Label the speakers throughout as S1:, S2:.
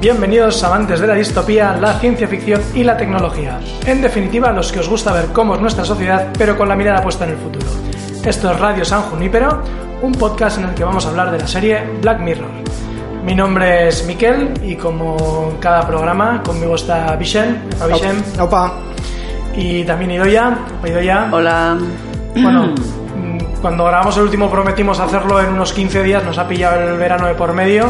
S1: bienvenidos amantes de la distopía, la ciencia ficción y la tecnología. En definitiva, los que os gusta ver cómo es nuestra sociedad, pero con la mirada puesta en el futuro. Esto es Radio San Junípero, un podcast en el que vamos a hablar de la serie Black Mirror. Mi nombre es Miquel y como en cada programa, conmigo está Vicen, Epa Vicen,
S2: Opa.
S1: y también Idoya, Opa Idoya.
S3: Hola.
S1: Bueno, mm, cuando grabamos el último prometimos hacerlo en unos 15 días, nos ha pillado el verano de por medio.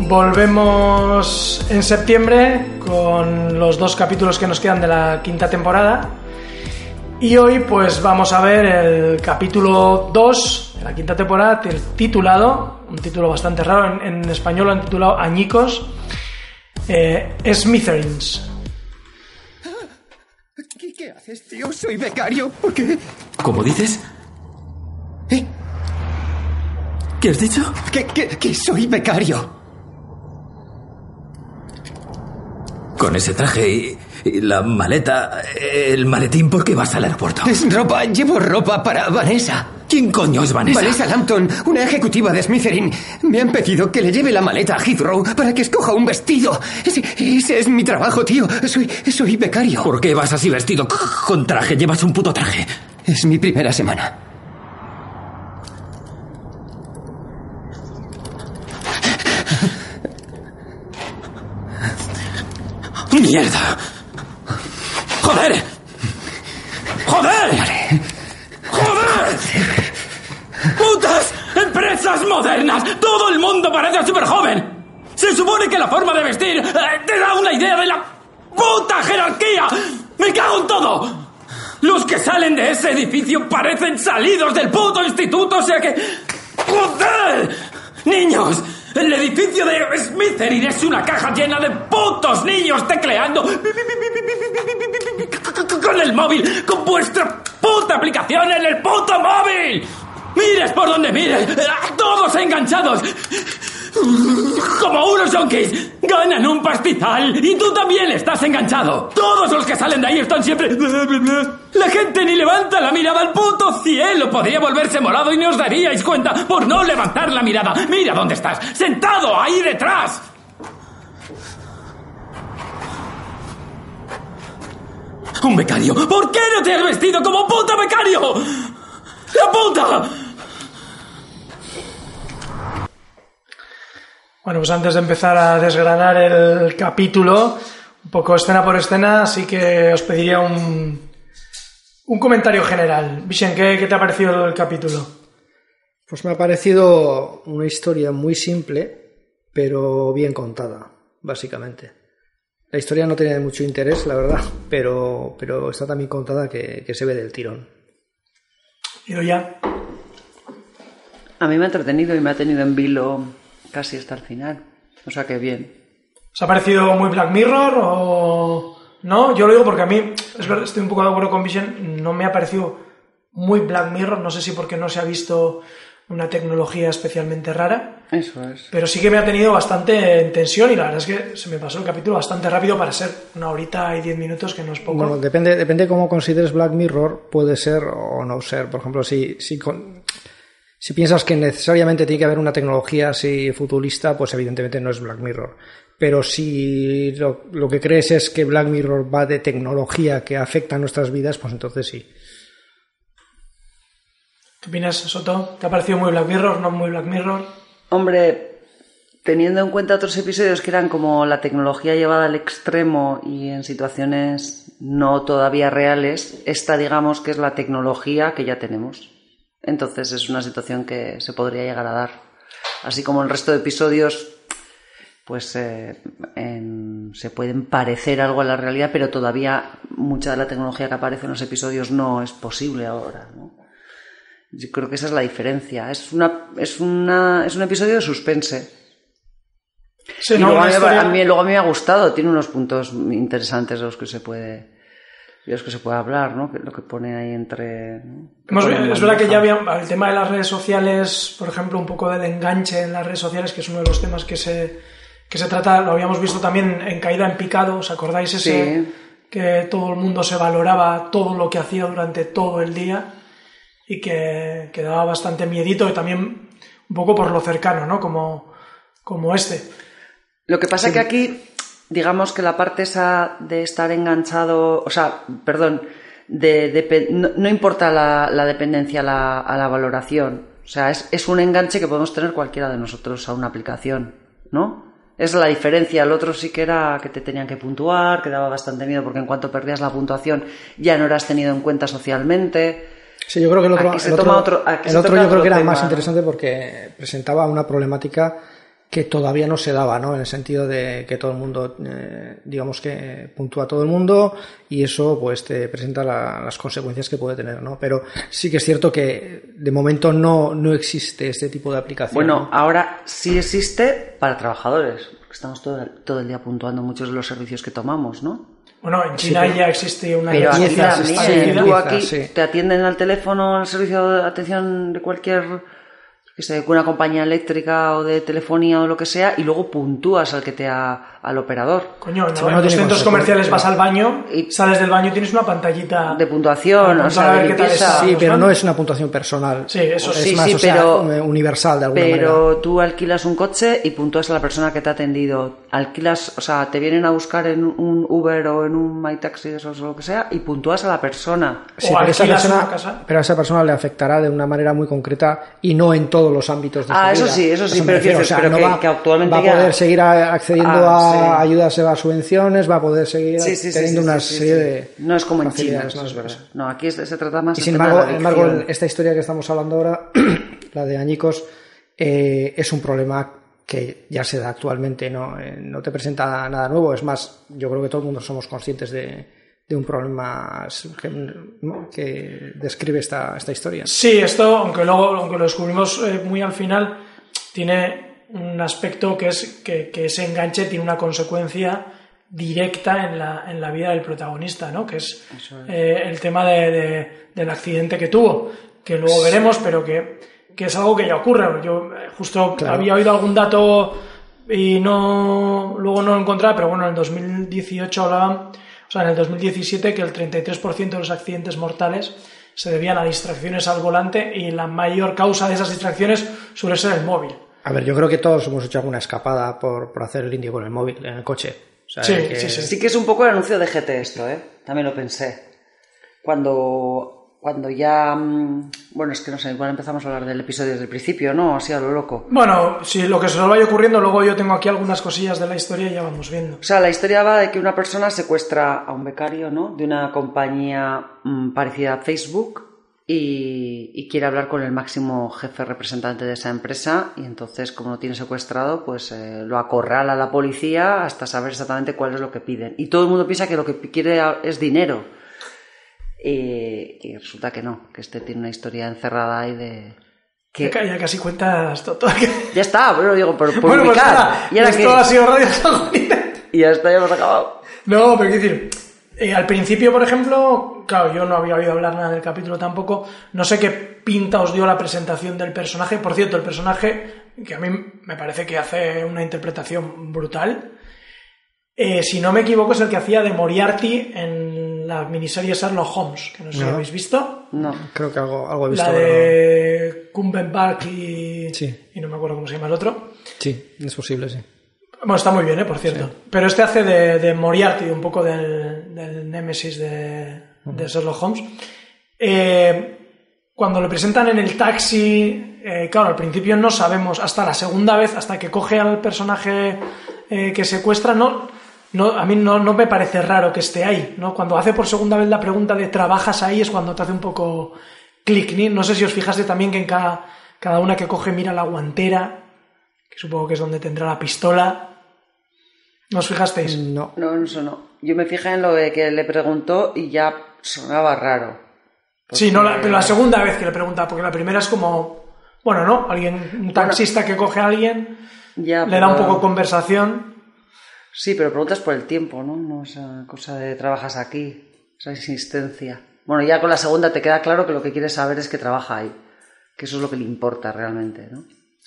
S1: Volvemos en septiembre con los dos capítulos que nos quedan de la quinta temporada. Y hoy pues vamos a ver el capítulo 2 de la quinta temporada t- titulado, un título bastante raro, en, en español lo han titulado Añicos, eh, Smithereens.
S2: ¿Qué, qué haces, tío? Soy becario. ¿Por qué?
S4: ¿Cómo dices?
S2: ¿Eh?
S4: ¿Qué has dicho?
S2: ¿Qué, qué, qué soy becario?
S4: Con ese traje y, y la maleta, el maletín, ¿por qué vas al aeropuerto?
S2: Es ropa, llevo ropa para Vanessa.
S4: ¿Quién coño es Vanessa?
S2: Vanessa Lampton, una ejecutiva de Smitherin. Me han pedido que le lleve la maleta a Heathrow para que escoja un vestido. Ese, ese es mi trabajo, tío. Soy, soy becario.
S4: ¿Por qué vas así vestido c- con traje? Llevas un puto traje.
S2: Es mi primera semana.
S4: ¡Mierda! ¡Joder! ¡Joder! ¡Joder! ¡Putas empresas modernas! ¡Todo el mundo parece súper joven! Se supone que la forma de vestir eh, te da una idea de la puta jerarquía. ¡Me cago en todo! Los que salen de ese edificio parecen salidos del puto instituto, o sea que... ¡Joder! Niños, el edificio de Smitherin es una caja llena de putos niños tecleando con el móvil, con vuestra puta aplicación en el puto móvil. Mires por donde mires, a todos enganchados. Como unos yonkis, ganan un pastizal y tú también estás enganchado. Todos los que salen de ahí están siempre... La gente ni levanta la mirada al puto cielo. Podría volverse morado y no os daríais cuenta por no levantar la mirada. Mira dónde estás, sentado ahí detrás. ¡Un becario! ¿Por qué no te has vestido como puta becario? ¡La puta!
S1: Bueno, pues antes de empezar a desgranar el capítulo, un poco escena por escena, así que os pediría un, un comentario general. Vicen, ¿qué, qué te ha parecido el capítulo?
S5: Pues me ha parecido una historia muy simple, pero bien contada, básicamente. La historia no tenía mucho interés, la verdad, pero, pero está tan bien contada que, que se ve del tirón.
S1: Ido ya.
S3: A mí me ha entretenido y me ha tenido en vilo casi hasta el final. O sea que bien.
S1: ¿Os ha parecido muy Black Mirror o no? Yo lo digo porque a mí, es verdad, estoy un poco de acuerdo con Vision, no me ha parecido muy Black Mirror, no sé si porque no se ha visto una tecnología especialmente rara,
S3: Eso es.
S1: pero sí que me ha tenido bastante en tensión y la verdad es que se me pasó el capítulo bastante rápido para ser una horita y diez minutos, que no es poco.
S5: Bueno, depende, depende cómo consideres Black Mirror, puede ser o no ser. Por ejemplo, si, si, con- si piensas que necesariamente tiene que haber una tecnología así futurista, pues evidentemente no es Black Mirror. Pero si lo, lo que crees es que Black Mirror va de tecnología que afecta a nuestras vidas, pues entonces sí.
S1: ¿Qué opinas, Soto? ¿Te ha parecido muy Black Mirror, no muy Black Mirror?
S3: Hombre, teniendo en cuenta otros episodios que eran como la tecnología llevada al extremo y en situaciones no todavía reales, esta digamos que es la tecnología que ya tenemos. Entonces es una situación que se podría llegar a dar. Así como el resto de episodios, pues eh, en- se pueden parecer algo a la realidad, pero todavía mucha de la tecnología que aparece en los episodios no es posible ahora. ¿no? Yo creo que esa es la diferencia. Es, una, es, una, es un episodio de suspense.
S1: Sí,
S3: Y luego
S1: Una
S3: a, mí,
S1: historia-
S3: a mí- luego a mí me ha gustado, tiene unos puntos interesantes de los que se puede de los que se puede hablar, ¿no? Que- Lo que pone ahí entre... ¿no? Que
S1: Hemos-
S3: pone en
S1: es verdad que ya
S3: bandeja.
S1: había el tema de las redes sociales, por ejemplo, un poco del enganche en las redes sociales, que es uno de los temas que se, que se trata, lo habíamos visto también en Caída en Picado, ¿os acordáis ese?
S3: Sí.
S1: Que todo el mundo se valoraba todo lo que hacía durante todo el día y que, que daba bastante miedito y también un poco por lo cercano, ¿no? Como, como este.
S3: Lo que pasa que aquí, digamos que la parte esa de estar enganchado, o sea, perdón, de, depe- no, no importa la, la dependencia a la, a la valoración. O sea, es, es un enganche que podemos tener cualquiera de nosotros a una aplicación, ¿no? Es la diferencia. El otro sí que era que te tenían que puntuar, que daba bastante miedo porque en cuanto perdías la puntuación ya no eras tenido en cuenta socialmente.
S5: Sí, yo creo que el otro,
S3: Aquí se
S5: el otro,
S3: toma otro- aquí
S5: el
S3: se
S5: otro
S3: toca
S5: yo creo
S3: otro
S5: que era
S3: tema.
S5: más interesante porque presentaba una problemática que todavía no se daba, ¿no? En el sentido de que todo el mundo, eh, digamos que puntúa a todo el mundo y eso, pues, te presenta la- las consecuencias que puede tener, ¿no? Pero sí que es cierto que de momento no, no existe este tipo de aplicación. ¿no?
S3: Bueno, ahora sí existe para trabajadores, porque estamos todo, todo el día puntuando muchos de los servicios que tomamos, ¿no?
S1: Bueno, en China ya existe una
S3: Pero aquí
S5: Empiezas,
S3: también,
S5: estás en
S3: tú
S5: empiezas,
S3: aquí
S5: sí.
S3: te atienden al teléfono, al servicio de atención de cualquier, que sé, una compañía eléctrica o de telefonía o lo que sea, y luego puntúas al que te ha, al operador.
S1: Coño, no,
S5: Sí, bueno,
S1: en los
S5: tiene
S1: centros
S5: consecuencias.
S1: comerciales vas al baño,
S3: Y-
S1: sales del baño y tienes una pantallita
S3: De puntuación,
S1: para
S3: o sea,
S1: apuntar a
S3: de
S1: ver qué tal
S3: limpieza.
S1: estás.
S5: Sí,
S1: Pues
S5: pero
S1: bueno,
S5: no es una puntuación personal.
S1: Sí, eso
S5: es
S3: sí,
S5: más,
S3: sí,
S5: o sea,
S3: pero-
S5: eh, universal de alguna manera.
S3: Pero tú alquilas un coche y puntúas a la persona que te ha atendido. Alquilas, o sea, te vienen a buscar en un Uber o en un MyTaxi o eso, lo que sea y puntúas a la persona.
S5: Sí,
S1: O
S5: pero, esa
S1: alquilas
S5: persona,
S1: una casa.
S5: pero a esa persona le afectará de una manera muy concreta y no en todos los ámbitos de
S3: Ah,
S5: su
S3: eso
S5: vida.
S3: sí, eso sí,
S5: me
S3: pero
S5: refiero,
S3: quiero decir, pero que- que actualmente
S5: va a
S3: ya-
S5: poder seguir a- accediendo
S3: Ah,
S5: a
S3: sí.
S5: ayudas a subvenciones, va a poder seguir
S3: Sí, sí, sí,
S5: teniendo
S3: sí,
S5: una
S3: sí, sí,
S5: serie
S3: sí.
S5: de
S3: No es como en China.
S5: facilidades, no es verdad.
S3: No, aquí es- se trata más
S5: Y
S3: el
S5: sin
S3: Este tema de
S5: embargo,
S3: la
S5: sin embargo,
S3: adicción.
S5: esta historia que estamos hablando ahora, la de añicos, eh, es un problema que ya se da actualmente, ¿no? Eh, no te presenta nada nuevo. Es más, yo creo que todo el mundo somos conscientes de, de un problema que, ¿no? que describe esta, esta historia.
S1: Sí, esto, aunque luego aunque lo descubrimos eh, muy al final, tiene un aspecto que es que, que ese enganche tiene una consecuencia directa en la, en la vida del protagonista, ¿no? Que es, eh, el tema de- de- del accidente que tuvo, que luego veremos, pero que, que es algo que ya ocurre. Yo eh, justo
S5: Claro.
S1: había oído algún dato y no luego no lo encontraba, pero bueno, en el 2018 hablaban, o sea, en el 2017 que el 33% de los accidentes mortales se debían a distracciones al volante y la mayor causa de esas distracciones suele ser el móvil.
S5: A ver, yo creo que todos hemos hecho alguna escapada por, por hacer el indio con el móvil en el coche. O sea,
S1: Sí,
S5: que-
S1: sí, sí.
S3: Sí que Ah, es un poco el anuncio de GT esto, ¿eh? También lo pensé. Cuando, cuando ya... mm, Bueno, es que no sé, igual empezamos a hablar del episodio desde el principio, ¿no? Así a lo loco.
S1: Bueno, si lo que se nos vaya ocurriendo, luego yo tengo aquí algunas cosillas de la historia y ya vamos viendo.
S3: O sea, la historia va de que una persona secuestra a un becario, ¿no? De una compañía mm, parecida a Facebook y, y quiere hablar con el máximo jefe representante de esa empresa y entonces, como lo tiene secuestrado, pues eh, lo acorrala la policía hasta saber exactamente cuál es lo que piden. Y todo el mundo piensa que lo que pi- quiere a- es dinero. Eh, y resulta que no, que este tiene una historia encerrada ahí de... que-
S1: Ya, ya casi cuentas todo. todo.
S3: Ya está, pero digo, por, por
S1: bueno, pues
S3: ubicar.
S1: nada,
S3: ¿Y ahora
S1: esto
S3: qué?
S1: ha sido Radio Sangonita.
S3: Y ya está, ya hemos acabado.
S1: No, pero quiero decir, eh, al principio, por ejemplo, claro, yo no había oído hablar nada del capítulo tampoco. No sé qué pinta os dio la presentación del personaje. Por cierto, el personaje, que a mí me parece que hace una interpretación brutal. Eh, si no me equivoco, es el que hacía de Moriarty en la miniserie Sherlock Holmes, que no sé si
S5: No.
S1: habéis visto.
S3: No.
S5: Creo que algo, algo he visto.
S1: La
S5: pero no-
S1: de Cumberbatch y,
S5: Sí.
S1: y no me acuerdo cómo se llama el otro.
S5: Sí, es posible, sí.
S1: Bueno, está muy bien, ¿eh? por cierto. Pero este hace de, de Moriarty, un poco del, del némesis de, de Sherlock Holmes. Eh, cuando lo presentan en el taxi, eh, claro, al principio no sabemos, hasta la segunda vez, hasta que coge al personaje eh, que secuestra, no, no, a mí no, no me parece raro que esté ahí. ¿no? Cuando hace por segunda vez la pregunta de ¿trabajas ahí? es cuando te hace un poco clic. ni- No sé si os fijaste también que en cada, cada una que coge mira la guantera, que supongo que es donde tendrá la pistola. ¿No os fijasteis?
S5: No.
S3: No, no sonó. Yo me fijé en lo de que le preguntó y ya sonaba raro.
S1: sí, no, la- pero la segunda vez que le pregunta, porque la primera es como, bueno, ¿no? Alguien, un taxista que coge a alguien,
S3: Ya,
S1: le da un
S3: pero-
S1: poco conversación.
S3: Sí, pero preguntas por el tiempo, ¿no? No esa cosa de trabajas aquí, esa insistencia. Bueno, ya con la segunda te queda claro que lo que quieres saber es que trabaja ahí. Que eso es lo que le importa realmente, ¿no?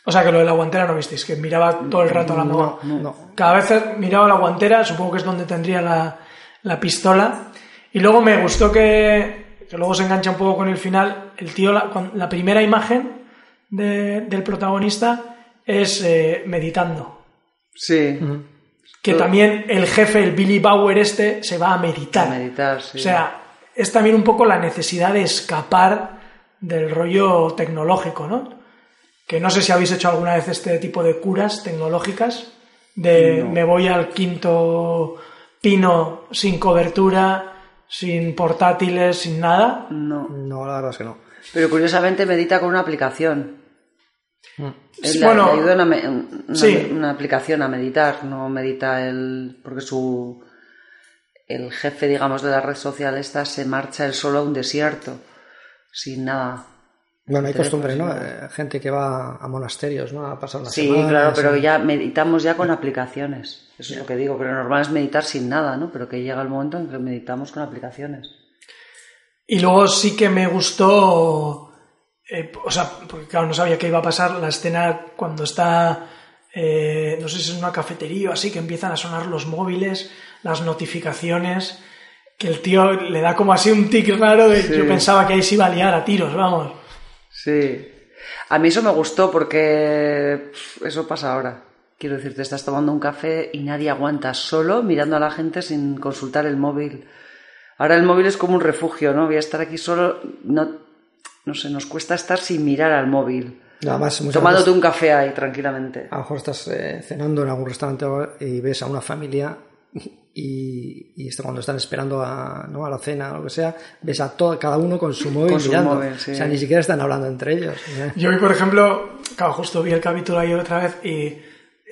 S1: O sea que lo de la guantera no visteis, que miraba todo el rato a la
S5: No,
S1: moda.
S5: no.
S1: Cada vez miraba la guantera, supongo que es donde tendría la, la pistola. Y luego me gustó que, que luego se engancha un poco con el final. El tío, la, cuan- la primera imagen de- del protagonista es eh, meditando.
S3: Sí.
S1: Que
S3: Todo.
S1: también el jefe, el Billy Bauer este, se va a meditar.
S3: A meditar, sí.
S1: O sea, es también un poco la necesidad de escapar del rollo tecnológico, ¿no? Que no sé si habéis hecho alguna vez este tipo de curas tecnológicas, de me voy al quinto pino sin cobertura, sin portátiles, sin nada.
S3: No.
S5: No, la verdad es que no.
S3: Pero curiosamente medita con una aplicación. Es la-
S1: Bueno,
S3: le ayuda una, me- una-
S1: sí.
S3: una aplicación a meditar, no medita él, porque su el jefe, digamos, de la red social esta se marcha él solo a un desierto, sin nada.
S5: Bueno, hay
S3: Teléfono,
S5: costumbre, ¿no?
S3: sí,
S5: Eh, Gente que va a monasterios, ¿no? A pasar las
S3: Sí, claro, pero ya meditamos ya con aplicaciones. Eso es lo que digo, que lo normal es meditar sin nada, ¿no? Pero que llega el momento en que meditamos con aplicaciones.
S1: Y luego sí que me gustó, eh, o sea, porque claro, no sabía qué iba a pasar, la escena cuando está, eh, no sé si es en una cafetería o así, que empiezan a sonar los móviles, las notificaciones, que el tío le da como así un tic raro de yo pensaba que ahí se iba a liar a tiros, vamos.
S3: Sí. A mí eso me gustó porque pf, eso pasa ahora. Quiero decir, te estás tomando un café y nadie aguanta solo mirando a la gente sin consultar el móvil. Ahora el móvil es como un refugio, ¿no? Voy a estar aquí solo, no, no sé, nos cuesta estar sin mirar al móvil.
S5: Nada más, muchas
S3: Tomándote
S5: veces-
S3: un café ahí tranquilamente.
S5: A lo mejor estás eh, cenando en algún restaurante o algo y ves a una familia y, y esto cuando están esperando a, ¿no? a la cena o lo que sea, ves a todo, cada uno con su móvil
S3: Con su
S5: mirando.
S3: móvil, sí.
S5: O sea, ni siquiera están hablando entre ellos. ¿eh?
S1: Yo hoy, por ejemplo, claro, justo vi el capítulo ayer otra vez y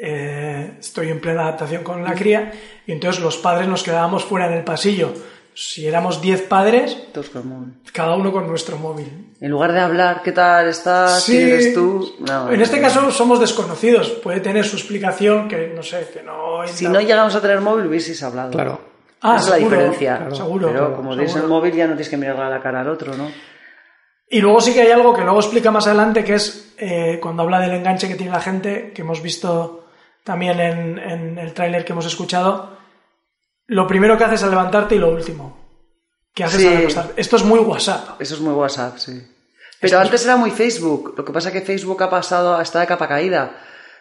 S1: eh, estoy en plena adaptación con la cría y entonces los padres nos quedábamos fuera en el pasillo. Si éramos 10 padres,
S3: Todos con el móvil.
S1: cada uno con nuestro móvil.
S3: En lugar de hablar, ¿qué tal estás? ¿Quién eres tú? No,
S1: en
S3: no,
S1: este
S3: no.
S1: caso somos desconocidos. Puede tener su explicación que no sé, que no.
S3: Si no llegamos a tener móvil, hubieses hablado.
S5: Claro.
S1: Ah,
S3: Esa es la
S1: seguro,
S3: diferencia.
S1: claro, seguro,
S3: Pero
S1: claro,
S3: como tienes el
S1: seguro.
S3: móvil, ya no tienes que mirarle a la cara al otro, ¿no?
S1: Y luego sí que hay algo que luego explica más adelante, que es eh, cuando habla del enganche que tiene la gente, que hemos visto también en, en el tráiler que hemos escuchado. Lo primero que haces al levantarte y lo último que haces
S3: Sí.
S1: al acostarte. Esto es muy WhatsApp.
S3: Eso es muy WhatsApp, sí. Pero antes era muy Facebook. Lo que pasa es que Facebook ha pasado, está de capa caída.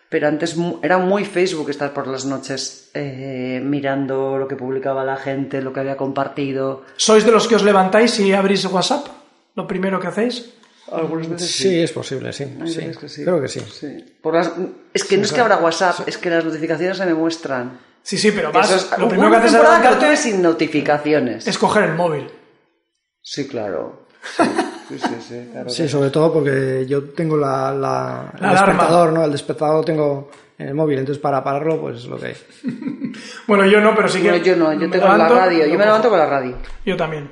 S3: Pero antes mu- era muy Facebook estar por las noches eh, mirando lo que publicaba la gente, lo que había compartido.
S1: ¿Sois de los que os levantáis y abrís WhatsApp? Lo primero que hacéis.
S3: Algunas veces
S5: Sí, es posible, sí.
S3: Hay
S5: sí.
S3: veces que sí.
S5: Creo que sí.
S3: Sí. Por las- Es que no es que abra WhatsApp, es que las notificaciones se me muestran.
S1: Sí, sí, pero vas.
S3: Eso es-
S1: lo
S3: hubo
S1: primero que
S3: una
S1: haces al
S3: temporada que lo
S1: levantarte
S3: tuve sin notificaciones.
S1: es coger el móvil.
S3: Sí, claro. Sí, sí, sí, sí, claro.
S5: Sí, sobre todo porque yo tengo la, la-
S1: La
S5: el
S1: alarma.
S5: despertador, ¿no? El despertador lo tengo en el móvil, entonces para pararlo, pues lo que hay.
S1: Bueno, yo no, pero sí que.
S3: No, yo no, yo
S1: me
S3: tengo
S1: levanto,
S3: la radio. Yo
S1: lo
S3: me
S1: cojo.
S3: levanto con la radio.
S1: Yo también.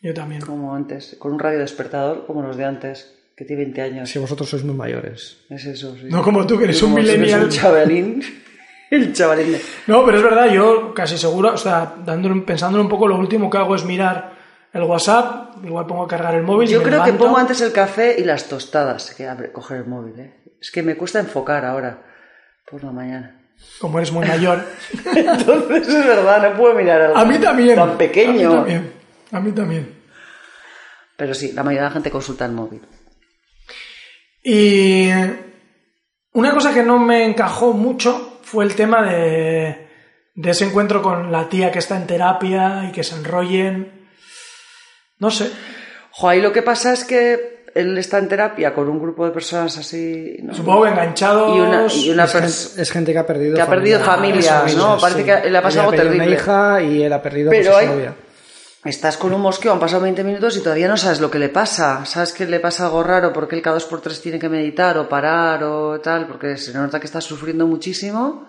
S1: Yo también.
S3: Como antes, con un radio despertador como los de antes, que tiene 20 años.
S5: Si vosotros sois muy mayores.
S3: Es eso, sí.
S1: No como tú, que eres
S3: Como
S1: un
S3: si
S1: millennial.
S3: un chavalín. El chavalín. de-
S1: No, pero es verdad, yo casi seguro, o sea, dándole, un- pensándolo un poco, lo último que hago es mirar el WhatsApp, igual pongo a cargar el móvil. y
S3: Yo
S1: me
S3: creo que
S1: levanto.
S3: pongo antes el café y las tostadas que abre- coger el móvil, ¿eh? Es que me cuesta enfocar ahora por la mañana.
S1: Como eres muy mayor.
S3: Entonces es verdad, no puedo mirar algo
S1: A mí también.
S3: tan
S1: A
S3: pequeño.
S1: mí también. A mí también.
S3: Pero sí, la mayoría de la gente consulta el móvil.
S1: Y una cosa que no me encajó mucho fue el tema de, de ese encuentro con la tía que está en terapia y que se enrollen. No sé.
S3: Jo, ahí lo que pasa es que él está en terapia con un grupo de personas así. ¿no?
S1: Supongo que enganchados.
S3: Y una, y una
S5: Es, gen-
S3: persona.
S5: es gente que ha perdido
S3: que ha perdido familias, ¿no?
S5: sí.
S3: Parece que le ha pasado
S5: Ella
S3: algo
S5: perdido
S3: terrible.
S5: una hija y él ha perdido
S3: Pero
S5: pues, a su
S3: hay-
S5: novia.
S3: Estás con un mosqueo, han pasado 20 minutos y todavía no sabes lo que le pasa. Sabes que le pasa algo raro porque él cada dos por tres tiene que meditar o parar o tal, porque se nota que está sufriendo muchísimo,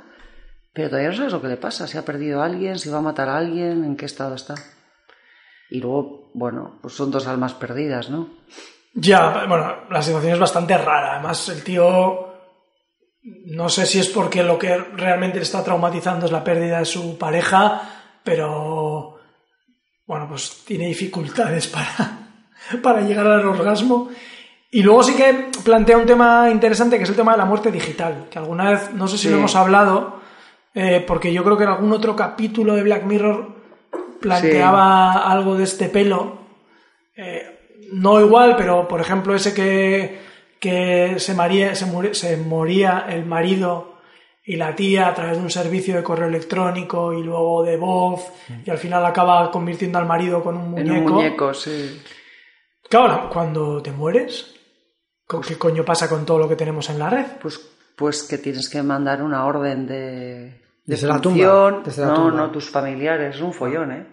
S3: pero todavía no sabes lo que le pasa. Si ha perdido a alguien, si va a matar a alguien, en qué estado está. Y luego, bueno, pues son dos almas perdidas, ¿no?
S1: Ya, bueno, la situación es bastante rara. Además, el tío. No sé si es porque lo que realmente le está traumatizando es la pérdida de su pareja, pero. Bueno, pues tiene dificultades para, para llegar al orgasmo. Y luego sí que plantea un tema interesante que es el tema de la muerte digital, que alguna vez, no sé si lo
S3: Sí.
S1: hemos hablado, eh, porque yo creo que en algún otro capítulo de Black Mirror planteaba algo de este pelo, no igual, pero por ejemplo ese que, que se, maría- se, muri- se moría el marido y la tía a través de un servicio de correo electrónico y luego de voz y al final acaba convirtiendo al marido con un
S3: En
S1: muñeco.
S3: un muñeco, sí.
S1: Claro, cuando te mueres, ¿co- ¿qué coño pasa con todo lo que tenemos en la red?
S3: Pues, pues que tienes que mandar una orden de. de
S5: Desde la
S3: función.
S5: tumba, desde la
S3: no,
S5: tumba.
S3: no, tus familiares, es un follón, ¿eh?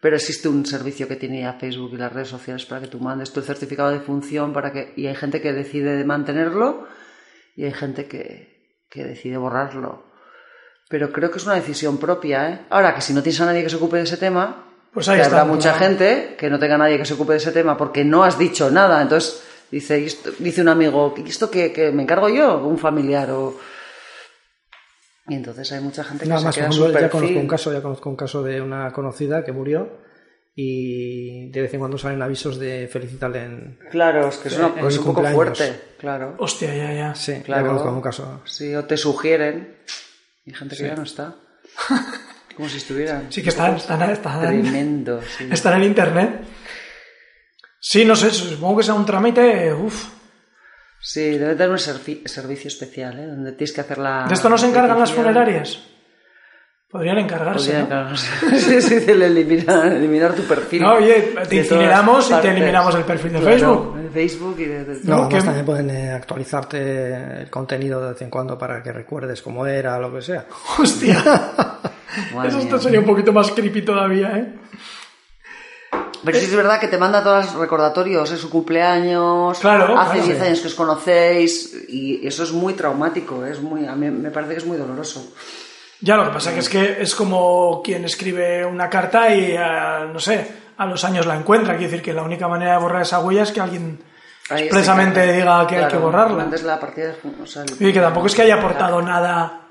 S3: Pero existe un servicio que tiene ya Facebook y las redes sociales para que tú mandes tu certificado de función para que y hay gente que decide mantenerlo y hay gente que, que decide borrarlo. Pero creo que es una decisión propia, ¿eh? Ahora que si no tienes a nadie que se ocupe de ese tema,
S1: Pues ahí
S3: que
S1: está,
S3: habrá mucha
S1: claro.
S3: gente que no tenga nadie que se ocupe de ese tema porque no has dicho nada. Entonces dice, "¿Y esto-?" dice un amigo, "¿Y esto que, me encargo yo? Un familiar o... Y entonces hay mucha gente que
S5: Nada
S3: se
S5: más, por
S3: queda en
S5: ejemplo,
S3: su
S5: ya
S3: perfil.
S5: conozco un caso, ya conozco un caso de una conocida que murió y de vez en cuando salen avisos de felicitarle en...
S3: Claro, es que es, una-
S5: En
S3: es
S5: el
S3: un poco
S5: cumpleaños.
S3: fuerte, claro.
S1: Hostia, ya, ya.
S5: Sí,
S3: Claro.
S5: ya conozco un caso.
S3: Sí, o te sugieren. Y gente que ya no está. Como si estuvieran.
S1: Sí que están, están, están,
S3: Tremendo, sí.
S1: están en internet. Sí, no sé, supongo que sea un trámite, uff.
S3: Sí, debe tener un servi- servicio especial, ¿eh? Donde tienes que hacer la.
S1: ¿De esto no se encargan las
S3: petición.
S1: funerarias? ¿eh? Podrían encargarse,
S3: pues
S1: ¿no?
S3: Podrían encargarse. sí, sí, del eliminar, eliminar tu perfil.
S1: No, oye, te
S3: De todas
S1: incineramos y te
S3: partes.
S1: eliminamos el perfil de
S3: Claro,
S1: Facebook.
S3: de Facebook y de. de-
S5: No,
S1: que-
S5: además también pueden eh, actualizarte el contenido de vez en cuando para que recuerdes cómo era, lo que sea.
S1: Hostia.
S3: Madre
S1: Eso
S3: mía.
S1: esto sería un poquito más creepy todavía, ¿eh?
S3: Pero sí es verdad que te manda todos los recordatorios, es su cumpleaños,
S1: Claro,
S3: hace
S1: claro,
S3: 10
S1: sí.
S3: años que os conocéis, y eso es muy traumático, ¿eh? es muy, a mí me parece que es muy doloroso.
S1: Ya lo que pasa que es que es como quien escribe una carta y, ah, no sé, a los años la encuentra. Quiere decir que la única manera de borrar esa huella es que alguien
S3: Ahí está,
S1: expresamente
S3: claro.
S1: diga que hay que
S3: Claro,
S1: borrarla.
S3: Antes la partida de fútbol, o sea, el-
S1: Y que tampoco es que haya aportado nada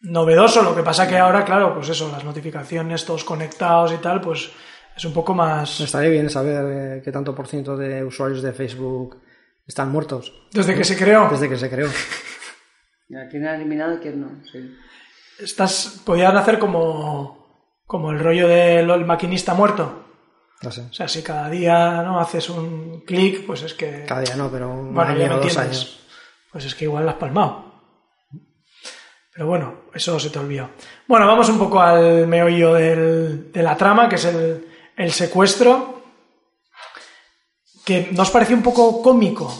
S1: novedoso, lo que pasa que ahora, claro, pues eso, las notificaciones, todos conectados y tal, pues es un poco
S3: Pues,
S1: más...
S5: Estaría bien saber eh, qué tanto por ciento de usuarios de Facebook están muertos
S1: Desde
S3: pues,
S1: que se creó,
S5: desde que se creó.
S3: Ya, ¿Quién ha eliminado y quién no? Sí.
S1: estas podían hacer como, como el rollo del el maquinista muerto.
S5: No sé.
S1: O sea, si cada día no haces un clic, pues es que...
S5: Cada día no, pero un
S1: Bueno, ya
S5: año
S1: me
S5: o dos
S1: entiendes.
S5: años.
S1: Pues es que igual la has palmado. Pero bueno, eso se te olvidó. Bueno, vamos un poco al meollo del- de la trama, que es el, el secuestro. Que nos pareció un poco cómico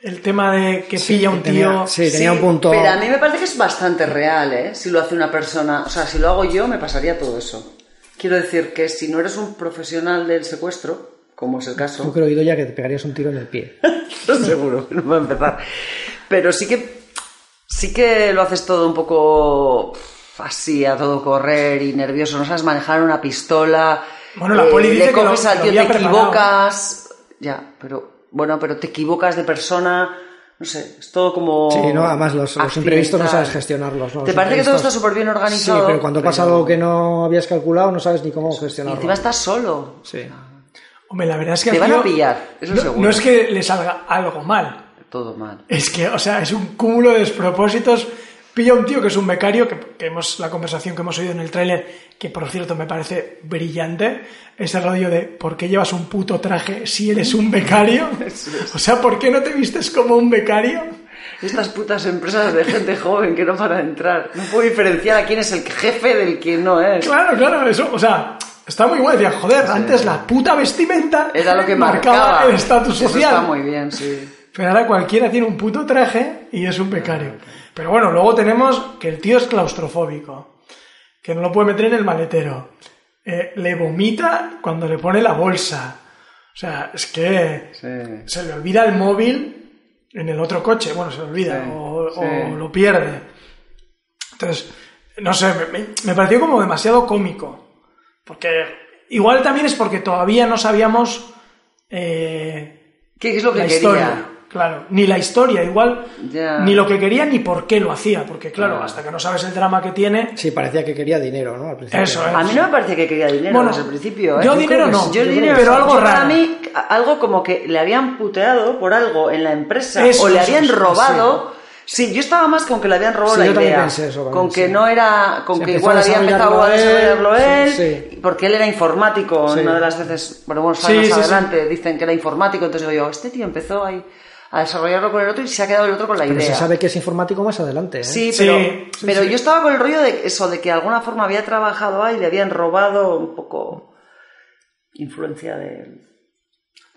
S1: el tema de que pilla un
S5: tenía-
S1: tío.
S5: sí, tenía un punto.
S3: Pero a mí me parece que es bastante real, ¿eh? Si lo hace una persona, o sea, si lo hago yo, me pasaría todo eso. Quiero decir que si no eres un profesional del secuestro, como es el caso,
S5: Yo creo, Ido, ya que te pegarías un tiro en el pie.
S3: Esto seguro que no va a empezar. Pero sí que sí que lo haces todo un poco así, a todo correr y nervioso. No sabes manejar una pistola. eh,
S1: Bueno, la poli dice
S3: le
S1: que lo-
S3: coges al
S1: lo
S3: tío, te
S1: había preparado.
S3: equivocas. Ya, pero bueno, pero te equivocas de persona. No sé, es todo como.
S5: Sí, no, además los, los
S3: accidental.
S5: imprevistos no sabes gestionarlos. ¿no?
S3: ¿Te
S5: Los
S3: parece que todo
S5: imprevistos-
S3: está súper bien organizado?
S5: Sí, pero cuando pasa algo que no habías calculado, no sabes ni cómo
S3: Y
S5: gestionarlo.
S3: encima estás solo.
S5: Sí.
S1: Hombre, la verdad es que.
S3: Te
S1: al
S3: van a
S1: tío
S3: pillar, eso
S1: no,
S3: seguro.
S1: no es que le salga algo mal.
S3: Todo mal.
S1: Es que, o sea, es un cúmulo de despropósitos. Pilla un tío que es un becario, que, que hemos, la conversación que hemos oído en el tráiler, que por cierto me parece brillante, ese rollo de ¿por qué llevas un puto traje si eres un becario? O sea, ¿por qué no te vistes como un becario?
S3: Estas putas empresas de gente joven que no para de entrar. No puedo diferenciar a quién es el jefe del que no es.
S1: Claro, claro, eso, o sea, está muy guay, decía, joder, antes la puta vestimenta
S3: Era lo que marcaba,
S1: el estatus
S3: Eso
S1: social.
S3: Está muy bien, sí.
S1: Pero ahora cualquiera tiene un puto traje y es un becario. Pero bueno, luego tenemos que el tío es claustrofóbico, que no lo puede meter en el maletero. Eh, le vomita cuando le pone la bolsa. O sea, es que
S3: Sí.
S1: se le olvida el móvil en el otro coche. Bueno, se le olvida
S3: Sí,
S1: o,
S3: sí.
S1: o lo pierde. Entonces, no sé, me- me, me pareció como demasiado cómico. Porque igual también es porque todavía no sabíamos... eh,
S3: ¿Qué es lo que
S1: la
S3: quería?
S1: historia. Claro, ni la historia, igual,
S3: Ya.
S1: ni lo que quería ni por qué lo hacía, porque claro,
S3: Ya.
S1: hasta que no sabes el drama que tiene,
S5: Sí, parecía que quería dinero, ¿no? Al principio.
S1: Eso, ¿eh?
S3: A mí no me parece que quería dinero
S1: Bueno,
S3: desde el principio. ¿eh?
S1: yo
S3: creo
S1: dinero
S3: que
S1: no,
S3: sí.
S1: yo
S3: Yo
S1: creo
S3: dinero
S1: que- pero
S3: sí.
S1: algo
S3: Yo Para
S1: raro.
S3: mí, a- algo como que le habían puteado por algo en la empresa
S1: Eso,
S3: o le
S1: eso,
S3: habían
S1: eso,
S3: robado. Sí, yo estaba más con que le habían robado
S5: Sí,
S3: la
S5: yo también
S3: idea.
S5: pensé eso,
S3: con
S5: también,
S3: que
S5: sí.
S3: no era. Con
S5: Sí,
S3: que
S5: empezó
S3: igual
S5: a
S3: había empezado a
S5: desarrollarlo
S3: desarrollarlo él.
S5: él, sí, sí.
S3: Porque él era informático
S5: Sí.
S3: en una de las veces. Bueno, vamos
S1: Sí,
S3: más
S1: sí, sí.
S3: adelante. Dicen que era informático. Entonces digo yo, este tío empezó ahí a desarrollarlo con el otro y se ha quedado el otro con la
S5: Pero
S3: idea.
S5: se sabe que es informático más adelante. ¿eh?
S3: Sí,
S1: Sí,
S3: pero,
S1: sí,
S3: pero yo estaba con el rollo de eso, de que de alguna forma había trabajado ahí, le habían robado un poco influencia de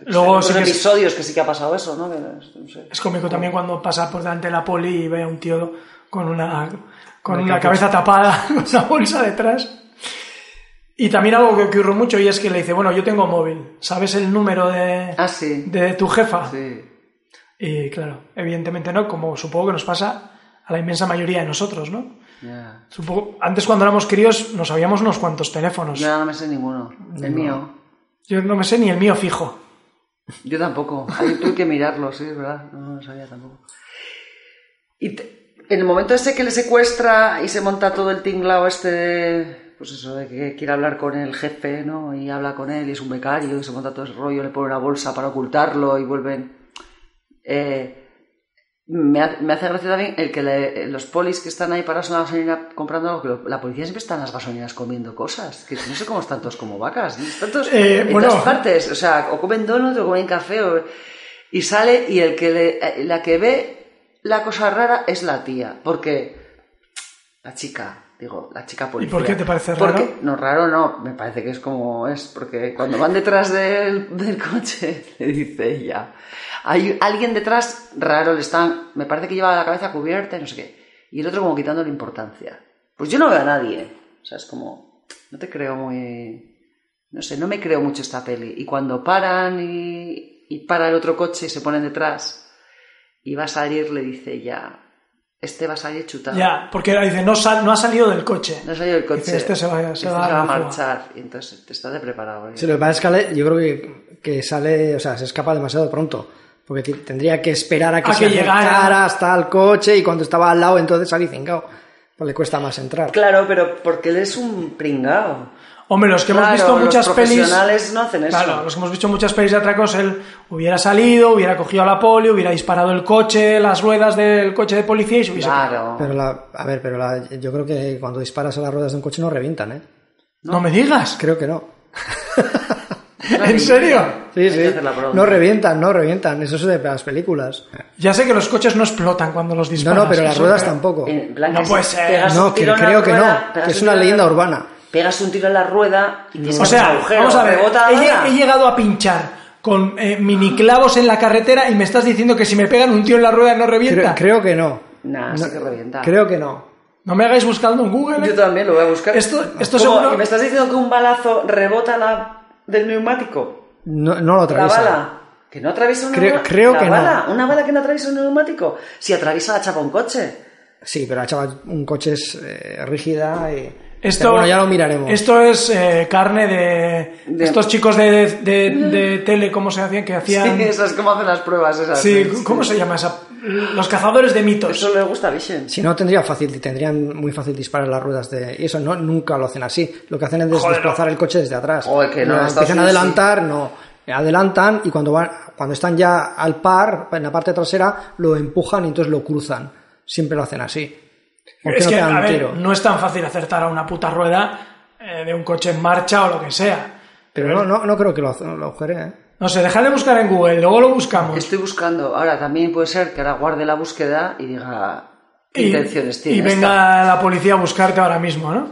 S1: Luego
S3: los
S1: sí que es,
S3: episodios que sí que ha pasado eso, ¿no? Que no sé.
S1: es cómico también cuando pasa por delante de la poli y ve a un tío con una, con una cabeza tapada, con una bolsa detrás. Y también algo que ocurrió mucho y es que le dice, bueno, yo tengo móvil, ¿sabes el número de,
S3: Ah, sí.
S1: de tu jefa?
S3: Sí.
S1: Y claro, evidentemente no, como supongo que nos pasa a la inmensa mayoría de nosotros, ¿no?
S3: Ya.
S1: Supongo, antes cuando éramos críos nos sabíamos unos cuantos teléfonos.
S3: Yo no me sé ninguno. El mío.
S1: Yo no me sé ni el mío fijo.
S3: Yo tampoco. Ahí tuve que mirarlo, sí, es verdad. No lo sabía tampoco. Y te- en el momento ese que le secuestra y se monta todo el tinglao este de, pues eso, de que quiere hablar con el jefe, ¿no? Y habla con él y es un becario y se monta todo ese rollo, le pone una bolsa para ocultarlo y vuelven... Eh, me, ha- me hace gracia también el que le- los polis que están ahí parados en la gasolina comprando algo, que lo- la policía siempre está en las gasolineras comiendo cosas, que no sé cómo están todos como vacas, están todos
S1: Eh,
S3: en
S1: bueno.
S3: todas partes, o sea, o comen donuts o comen café, o- y sale y el que le- eh, la que ve la cosa rara es la tía, porque la chica, digo, la chica policía.
S1: por qué te parece
S3: Porque-
S1: raro?
S3: no, raro no, me parece que es como es, porque cuando van detrás del, del coche, le dice ella, hay alguien detrás raro, le están, me parece que lleva la cabeza cubierta y no sé qué, y el otro como quitándole importancia. Pues yo no veo a nadie, o sea, es como, no te creo muy, no sé, no me creo mucho esta peli. Y cuando paran y, y para el otro coche y se ponen detrás, y va a salir, le dice ella, este va a salir chutado.
S1: Ya, porque ahora dice, no, sal- no ha salido del coche.
S3: No ha salido el coche.
S1: Dice, este se va, se
S3: Este
S1: va a la fuga.
S3: marchar. Y entonces te estás de preparado. ¿eh?
S5: Sí, lo que pasa es que Ale- yo creo que, que sale, o sea, se escapa demasiado pronto. Porque ti- tendría que esperar a que
S1: A
S5: se
S1: que llegara.
S5: acercara hasta el coche y cuando estaba al lado entonces salí cingado. Pues le cuesta más entrar.
S3: Claro, pero porque él es un pringao.
S1: Hombre, los que
S3: Claro,
S1: hemos visto muchas
S3: los
S1: pelis.
S3: profesionales no hacen eso.
S1: Claro, los que hemos visto muchas pelis de atracos, él hubiera salido, hubiera cogido a la poli, hubiera disparado el coche, las ruedas del coche de policía y se hubiese.
S3: Claro.
S5: Pero la, a ver, pero la- yo creo que cuando disparas a las ruedas de un coche no revientan, ¿eh?
S1: No me digas.
S5: Creo que no.
S1: ¿En serio?
S5: Sí,
S3: Hay que
S5: sí.
S3: hacerla pronto.
S5: No revientan, no revientan. Eso es de las películas.
S1: Ya sé que los coches no explotan cuando los
S5: No,
S1: disparan.
S5: no, pero las ruedas tampoco.
S3: En plan
S1: No
S3: que
S1: puede
S3: si
S1: ser.
S3: pegas un
S5: No, que
S3: tiro en la
S5: creo que
S3: rueda,
S5: no.
S3: pegas
S5: Que es
S3: un
S5: una
S3: tiro en la-
S5: leyenda urbana.
S3: Pegas un tiro en la rueda y tienes
S1: O sea,
S3: un agujero,
S1: vamos a ver,
S3: rebota
S1: he,
S3: la
S1: lle-
S3: bala.
S1: he llegado a pinchar con eh, miniclavos en la carretera y me estás diciendo que si me pegan un tío en la rueda no revienta.
S5: Creo, creo que no.
S3: Nah, sí que revienta.
S5: Creo que no.
S1: No me hagáis buscando en Google.
S3: Yo
S1: ¿eh?
S3: también lo voy a buscar.
S1: Esto- esto
S3: ¿Cómo?
S1: seguro-
S3: ¿Que ¿Me estás diciendo que un balazo rebota la... del neumático?
S5: No, no lo
S3: La
S5: atraviesa.
S3: bala. Que no atraviesa una
S5: Creo-
S3: bala.
S5: creo
S3: La
S5: que no.
S3: bala. Una bala que no atraviesa un neumático. Si atraviesa la chapa un coche.
S5: Sí, pero la chava, un coche es eh, rígida y...
S1: Esto,
S5: Pero bueno, ya lo miraremos.
S1: Esto es eh, carne de,
S3: De-
S1: estos chicos de, de, de tele, ¿cómo se hacían? Que hacían...
S3: Sí, esas cómo hacen las pruebas esas.
S1: Sí, ¿cómo se llama esa? Los cazadores de mitos.
S3: Eso le gusta a Vision.
S5: Si no, tendría fácil, tendrían muy fácil disparar las ruedas de... Y eso no, nunca lo hacen así. Lo que hacen es des-
S1: Joder,
S5: desplazar el coche desde atrás. Eh,
S3: Joder, que no, en Estados
S5: empiezan a
S3: Unidos
S5: adelantar, no. Adelantan y cuando, van, cuando están ya al par, en la parte trasera, lo empujan y entonces lo cruzan. Siempre lo hacen así. ¿Por qué
S1: Es
S5: no
S1: que,
S5: te dan
S1: a
S5: un
S1: ver,
S5: tiro?
S1: no es tan fácil acertar a una puta rueda eh, de un coche en marcha o lo que sea.
S5: Pero no, no, no creo que lo, lo agujere, ¿eh?
S1: No sé, dejad de buscar en Google, luego lo buscamos.
S3: Estoy buscando. Ahora también puede ser que ahora guarde la búsqueda y diga qué
S1: Y-
S3: intenciones tiene.
S1: Y
S3: esta?
S1: venga la policía a buscarte ahora mismo, ¿no?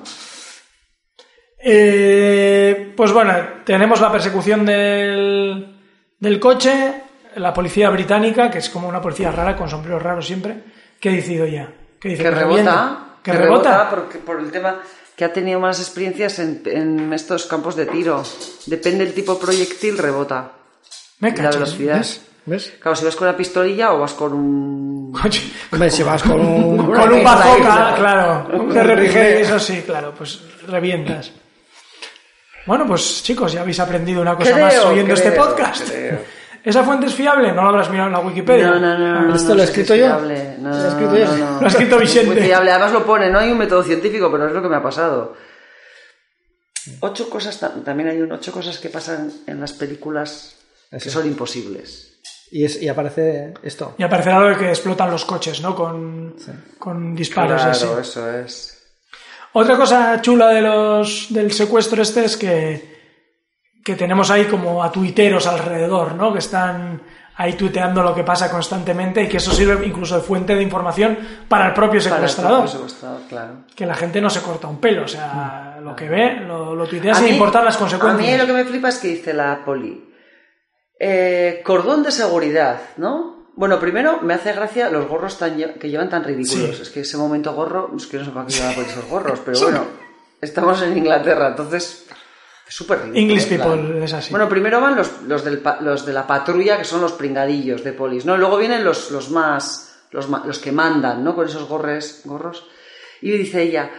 S1: Eh, pues bueno, tenemos la persecución del, del coche, la policía británica, que es como una policía rara, con sombreros raros siempre, que he decidido ya. Que, dice,
S3: Que rebota.
S1: revienta, Que rebota.
S3: porque, por el tema que ha tenido malas experiencias en, en estos campos de tiro. Depende del tipo de proyectil, rebota.
S1: Me ¿eh?
S3: Y la
S1: cachis.
S3: velocidad.
S5: ¿Ves?
S3: Claro, si vas con una pistolilla o vas con un...
S1: Coche.
S5: Hombre, si vas con un...
S1: Con un
S3: pistola
S1: bazooka,
S3: ahí,
S1: claro. Un RPG, eso sí, claro, pues revientas. Bueno, pues chicos, ya habéis aprendido una cosa
S3: Creo,
S1: más oyendo este
S3: creo,
S1: podcast.
S3: creo.
S1: ¿Esa fuente es fiable? No lo habrás mirado en la Wikipedia.
S3: No, no, no. no,
S5: ¿Esto
S3: no
S5: lo he
S3: sé si
S5: escrito
S3: es
S5: yo?
S3: fiable. No,
S5: ¿Lo he
S3: no,
S5: escrito
S3: no,
S5: yo?
S3: no, no.
S1: Lo ha escrito Vicente.
S3: Muy fiable. Además lo pone, no hay un método científico, pero es lo que me ha pasado. Ocho cosas, ta- también hay un ocho cosas que pasan en las películas que
S5: Eso.
S3: son imposibles.
S5: Y, es- y aparece esto.
S1: Y aparecerá lo de que explotan los coches, ¿no? Con, con disparos así.
S3: eso es.
S1: Otra cosa chula de los, del secuestro este es que, que tenemos ahí como a tuiteros alrededor, ¿no? Que están ahí tuiteando lo que pasa constantemente y que eso sirve incluso de fuente de información para el propio
S3: Para el
S1: secuestrador.
S3: propio secuestrador, claro.
S1: Que la gente no se corta un pelo, o sea, lo que ve lo, lo tuitea
S3: Mm. A
S1: sin
S3: mí-
S1: importar las
S3: A mí lo
S1: consecuencias.
S3: que me flipa es que dice la poli. eh, cordón de seguridad, ¿no? Bueno, primero me hace gracia los gorros tan lle- que llevan tan ridículos.
S1: Sí.
S3: Es que ese momento gorro, es que no sé para qué llevan por esos gorros, pero bueno, estamos en Inglaterra, entonces es súper ridículo.
S1: English
S3: en plan.
S1: people es así.
S3: Bueno, primero van los, los, del pa- los de la patrulla, que son los pringadillos de polis, ¿no? Luego vienen los, los más, los, ma- los que mandan, ¿no? Con esos gorres, gorros. Y dice ella,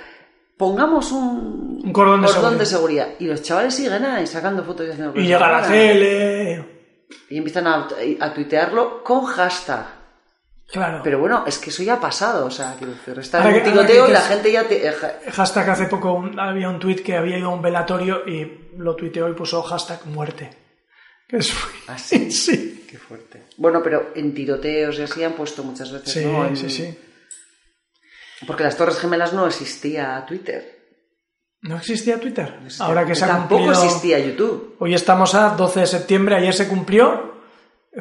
S3: pongamos un,
S1: Un cordón de
S3: seguridad. Y los chavales siguen ahí sacando fotos y haciendo
S1: Y llega la tele.
S3: Y empiezan a, a tuitearlo con hashtag.
S1: Claro.
S3: Pero bueno, es que eso ya ha pasado, o sea, quiero decir, está
S1: Ahora
S3: en
S1: que-
S3: un
S1: ahora que
S3: tiroteo y la
S1: dices-
S3: gente ya te... eh, ja-
S1: Hashtag hace poco un- había un tuit que había ido a un velatorio y lo tuiteó y puso hashtag muerte. Que es
S3: Ah, sí.
S1: sí.
S3: Qué fuerte. Bueno, pero en tiroteos y así han puesto muchas veces,
S1: Sí,
S3: ¿no? En-
S1: sí, sí.
S3: Porque las Torres Gemelas no existía Twitter.
S1: ¿No existía Twitter?
S3: No existía.
S1: Ahora que se ha
S3: Tampoco
S1: cumplido-
S3: existía YouTube.
S1: Hoy estamos a 12 de septiembre, ayer se cumplió.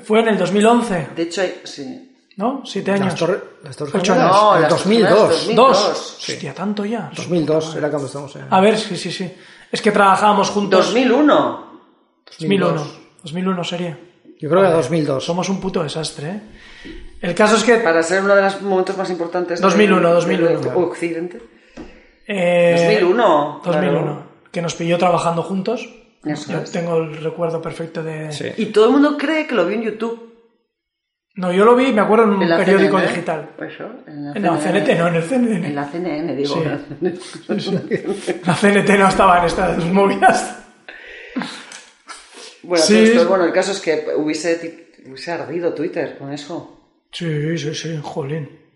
S1: Fue en el 2011,
S3: De hecho, hay... sí.
S1: ¿no? Siete
S5: Las
S1: años.
S5: torre- las torres
S1: Ocho
S5: gemelas,
S1: años.
S3: No,
S5: en
S3: las
S5: 2002.
S3: torres gemelas,
S1: Dos.
S3: 2002.
S1: Hostia, tanto ya.
S5: 2002 era cuando estamos en...
S1: A ver, sí, sí, sí. Es que trabajábamos juntos.
S3: 2001.
S1: 2001. 2001 sería.
S5: Yo creo que era 2002.
S1: Somos un puto desastre, ¿eh? El caso es que...
S3: Para ser uno de los momentos más importantes
S1: 2001,
S3: de,
S1: 2001.
S3: de Occidente.
S1: eh,
S3: 2001.
S1: 2001.
S3: claro.
S1: Que nos pilló trabajando juntos.
S3: Eso
S1: Yo
S3: es.
S1: tengo el recuerdo perfecto de...
S5: Sí.
S3: Y todo el mundo cree que lo vio en YouTube.
S1: No, yo lo vi, me acuerdo, en un
S3: En la
S1: periódico
S3: CNN.
S1: digital.
S3: Pues Eso, en la
S1: En la CNT, no, en el CNN.
S3: En la CNN, digo.
S1: Sí. La CNT no estaba en estas movidas.
S3: Bueno,
S1: Sí.
S3: todo esto- bueno, el caso es que hubiese, ti- hubiese ardido Twitter con eso.
S1: Sí, sí, sí, jolín.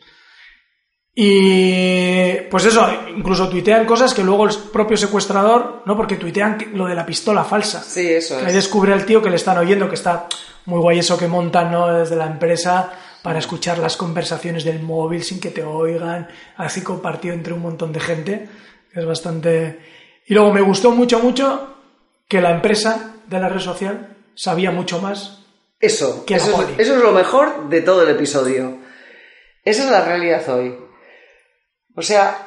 S1: Y pues eso, incluso tuitean cosas que luego el propio secuestrador, ¿no? Porque tuitean que- lo de la pistola falsa.
S3: Sí, eso
S1: Que
S3: es.
S1: ahí descubre al tío que le están oyendo, que está muy guay eso que montan, ¿no? Desde la empresa
S3: Mm.
S1: para escuchar las conversaciones del móvil sin que te oigan, así compartido entre un montón de gente. Es bastante. Y luego me gustó mucho, mucho que la empresa de la red social sabía mucho más
S3: Eso,
S1: Que la
S3: eso,
S1: poli.
S3: es, eso es lo mejor de todo el episodio. Esa es la realidad hoy. O sea,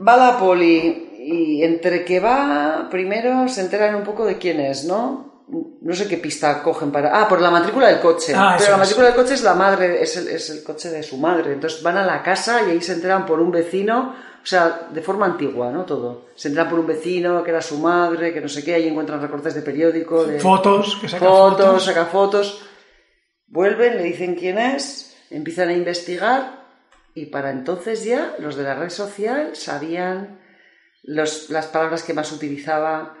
S3: va la poli y entre que va, primero se enteran un poco de quién es, ¿no? No sé qué pista cogen para... Ah, por la matrícula del coche.
S1: Ah, eso
S3: Pero la
S1: es.
S3: matrícula del coche es la madre, es el, es el coche de su madre. Entonces van a la casa y ahí se enteran por un vecino, o sea, de forma antigua, ¿no? Todo. Se enteran por un vecino que era su madre, que no sé qué, ahí encuentran recortes de periódico. De
S1: fotos, que sacan
S3: fotos,
S1: fotos.
S3: saca fotos. Vuelven, le dicen quién es, empiezan a investigar y para entonces ya los de la red social sabían los- las palabras que más utilizaba,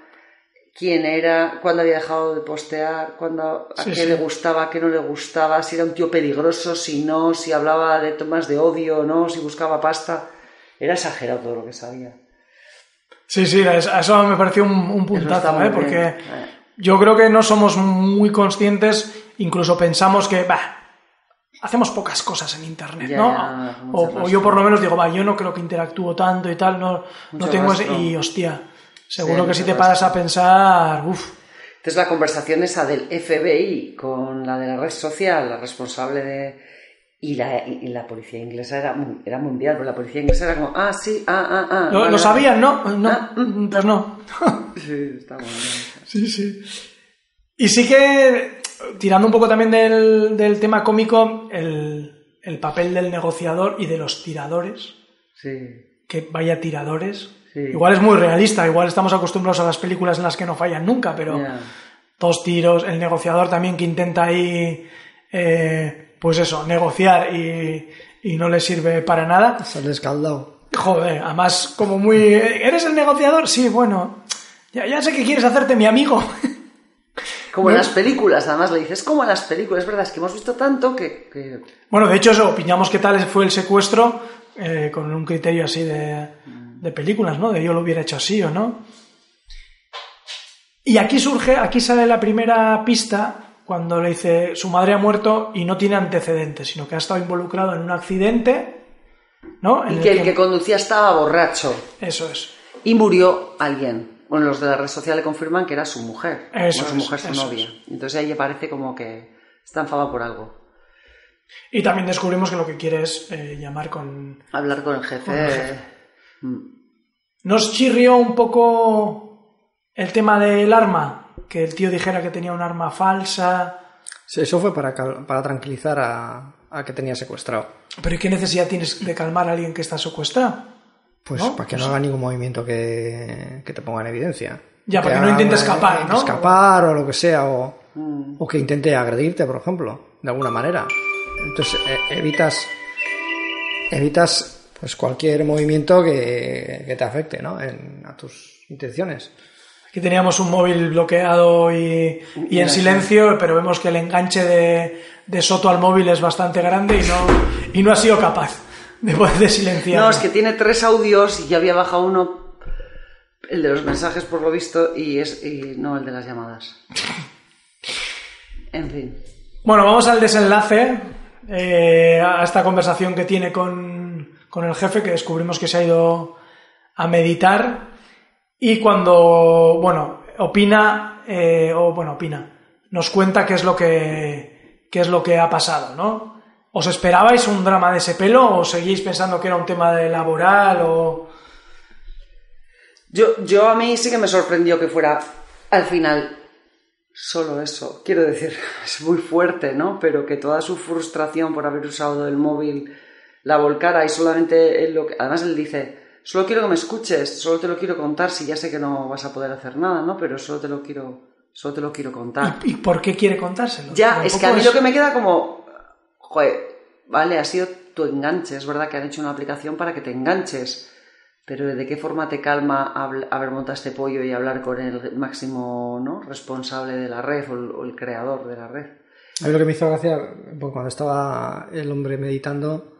S3: quién era, cuándo había dejado de postear, cuándo, a
S1: Sí,
S3: qué
S1: sí.
S3: le gustaba, qué no le gustaba, si era un tío peligroso, si no, si hablaba de tomas de odio o no, si buscaba pasta. Era exagerado todo lo que sabía.
S1: Sí, sí, es- eso me pareció un, un
S3: Eso está
S1: puntazo,
S3: muy
S1: ¿eh?
S3: bien.
S1: porque
S3: Eh.
S1: yo creo que no somos muy conscientes, incluso pensamos que, bah, hacemos pocas cosas en Internet,
S3: Ya,
S1: ¿no?
S3: ya,
S1: o,
S3: mucho
S1: o
S3: más.
S1: yo por lo menos digo, bah, yo no creo que interactúo tanto y tal, no, no
S3: Mucho
S1: tengo
S3: más,
S1: ese...
S3: ¿no?
S1: Y hostia, seguro que
S3: mucho
S1: si te
S3: más.
S1: paras a pensar, uff,
S3: Entonces la conversación esa del FBI con la de la red social, la responsable de... Y la, y la policía inglesa era, mu- era mundial, pero la policía inglesa era como, ah, sí, ah, ah, ah.
S1: lo,
S3: vale,
S1: lo
S3: vale".
S1: sabían, ¿no? No,
S3: Ah,
S1: pues no.
S3: Sí, está bueno.
S1: Sí, sí. Y sí que, tirando un poco también del, del tema cómico, el, el papel del negociador y de los tiradores,
S3: Sí,
S1: que vaya tiradores.
S3: Sí.
S1: Igual es muy realista, igual estamos acostumbrados a las películas en las que no fallan nunca, pero
S3: ya.
S1: dos tiros, el negociador también que intenta ahí, eh, pues eso, negociar y, y no le sirve para nada.
S5: Sale escaldado.
S1: Joder, además como muy... eh, ¿Eres el negociador? Sí, bueno, ya, ya sé que quieres hacerte mi amigo.
S3: Como en las películas, además le dices, como en las películas, es verdad, es que hemos visto tanto que... que-
S1: Bueno, de hecho, eso, opinamos qué tal fue el secuestro eh, con un criterio así de, de películas, ¿no? De yo lo hubiera hecho así o no. Y aquí surge, aquí sale la primera pista cuando le dice su madre ha muerto y no tiene antecedentes, sino que ha estado involucrado en un accidente, ¿no? En
S3: Y
S1: el
S3: que el que conducía estaba borracho
S1: Eso es.
S3: y murió alguien. Bueno, los de la red social le confirman que era su mujer.
S1: Eso
S3: no su
S1: es,
S3: mujer, su
S1: eso
S3: novia. Entonces ella parece como que está enfadada por algo.
S1: Y también descubrimos que lo que quiere es eh, llamar con...
S3: Hablar con el jefe.
S1: Con el
S3: eh,
S1: Nos chirrió un poco el tema del arma, que el tío dijera que tenía un arma falsa.
S5: Sí, Eso fue para, cal- para tranquilizar a, a que tenía secuestrado.
S1: Pero ¿y qué necesidad tienes de calmar a alguien que está secuestrado?
S5: Pues
S1: ¿No?
S5: para que no haga ningún movimiento que, que te ponga en evidencia.
S1: Ya,
S5: Que
S1: para que no
S5: haga-
S1: intente escapar,
S5: eh,
S1: ¿no? Mm.
S5: Escapar o lo que sea, o, o que intente agredirte, por ejemplo, de alguna manera. Entonces eh, evitas evitas pues cualquier movimiento que, que te afecte, ¿no? En- a tus intenciones.
S1: Aquí teníamos un móvil bloqueado y, y en
S3: Gracias.
S1: silencio, pero vemos que el enganche de, de Soto al móvil es bastante grande y no, y no ha sido capaz de poder silenciar.
S3: No, es que tiene tres audios y ya había bajado uno. El de los mensajes, por lo visto, y es. Y no el de las llamadas. En fin.
S1: Bueno, vamos al desenlace, eh, a esta conversación que tiene con, con el jefe, que descubrimos que se ha ido a meditar y cuando, bueno, opina, eh, o bueno, opina, nos cuenta qué es lo que, qué es lo que ha pasado, ¿no? ¿Os esperabais un drama de ese pelo o seguís pensando que era un tema de laboral o...?
S3: Yo, yo a mí sí que me sorprendió que fuera al final solo eso. Quiero decir, es muy fuerte, ¿no? Pero que toda su frustración por haber usado el móvil la volcara y solamente él lo que- Además él dice, solo quiero que me escuches, solo te lo quiero contar, si ya sé que no vas a poder hacer nada, ¿no? Pero solo te lo quiero, solo te lo quiero contar.
S1: ¿Y por qué quiere contárselo?
S3: Ah. Ya,
S1: Tampoco
S3: es que a mí lo que me queda como, joder, vale, ha sido tu enganche, es verdad que han hecho una aplicación para que te enganches, pero ¿de qué forma te calma habl- haber montado este pollo y hablar con el máximo ¿no? responsable de la red o el, o el creador de la red?
S5: A mí lo que me hizo gracia, pues, cuando estaba el hombre meditando,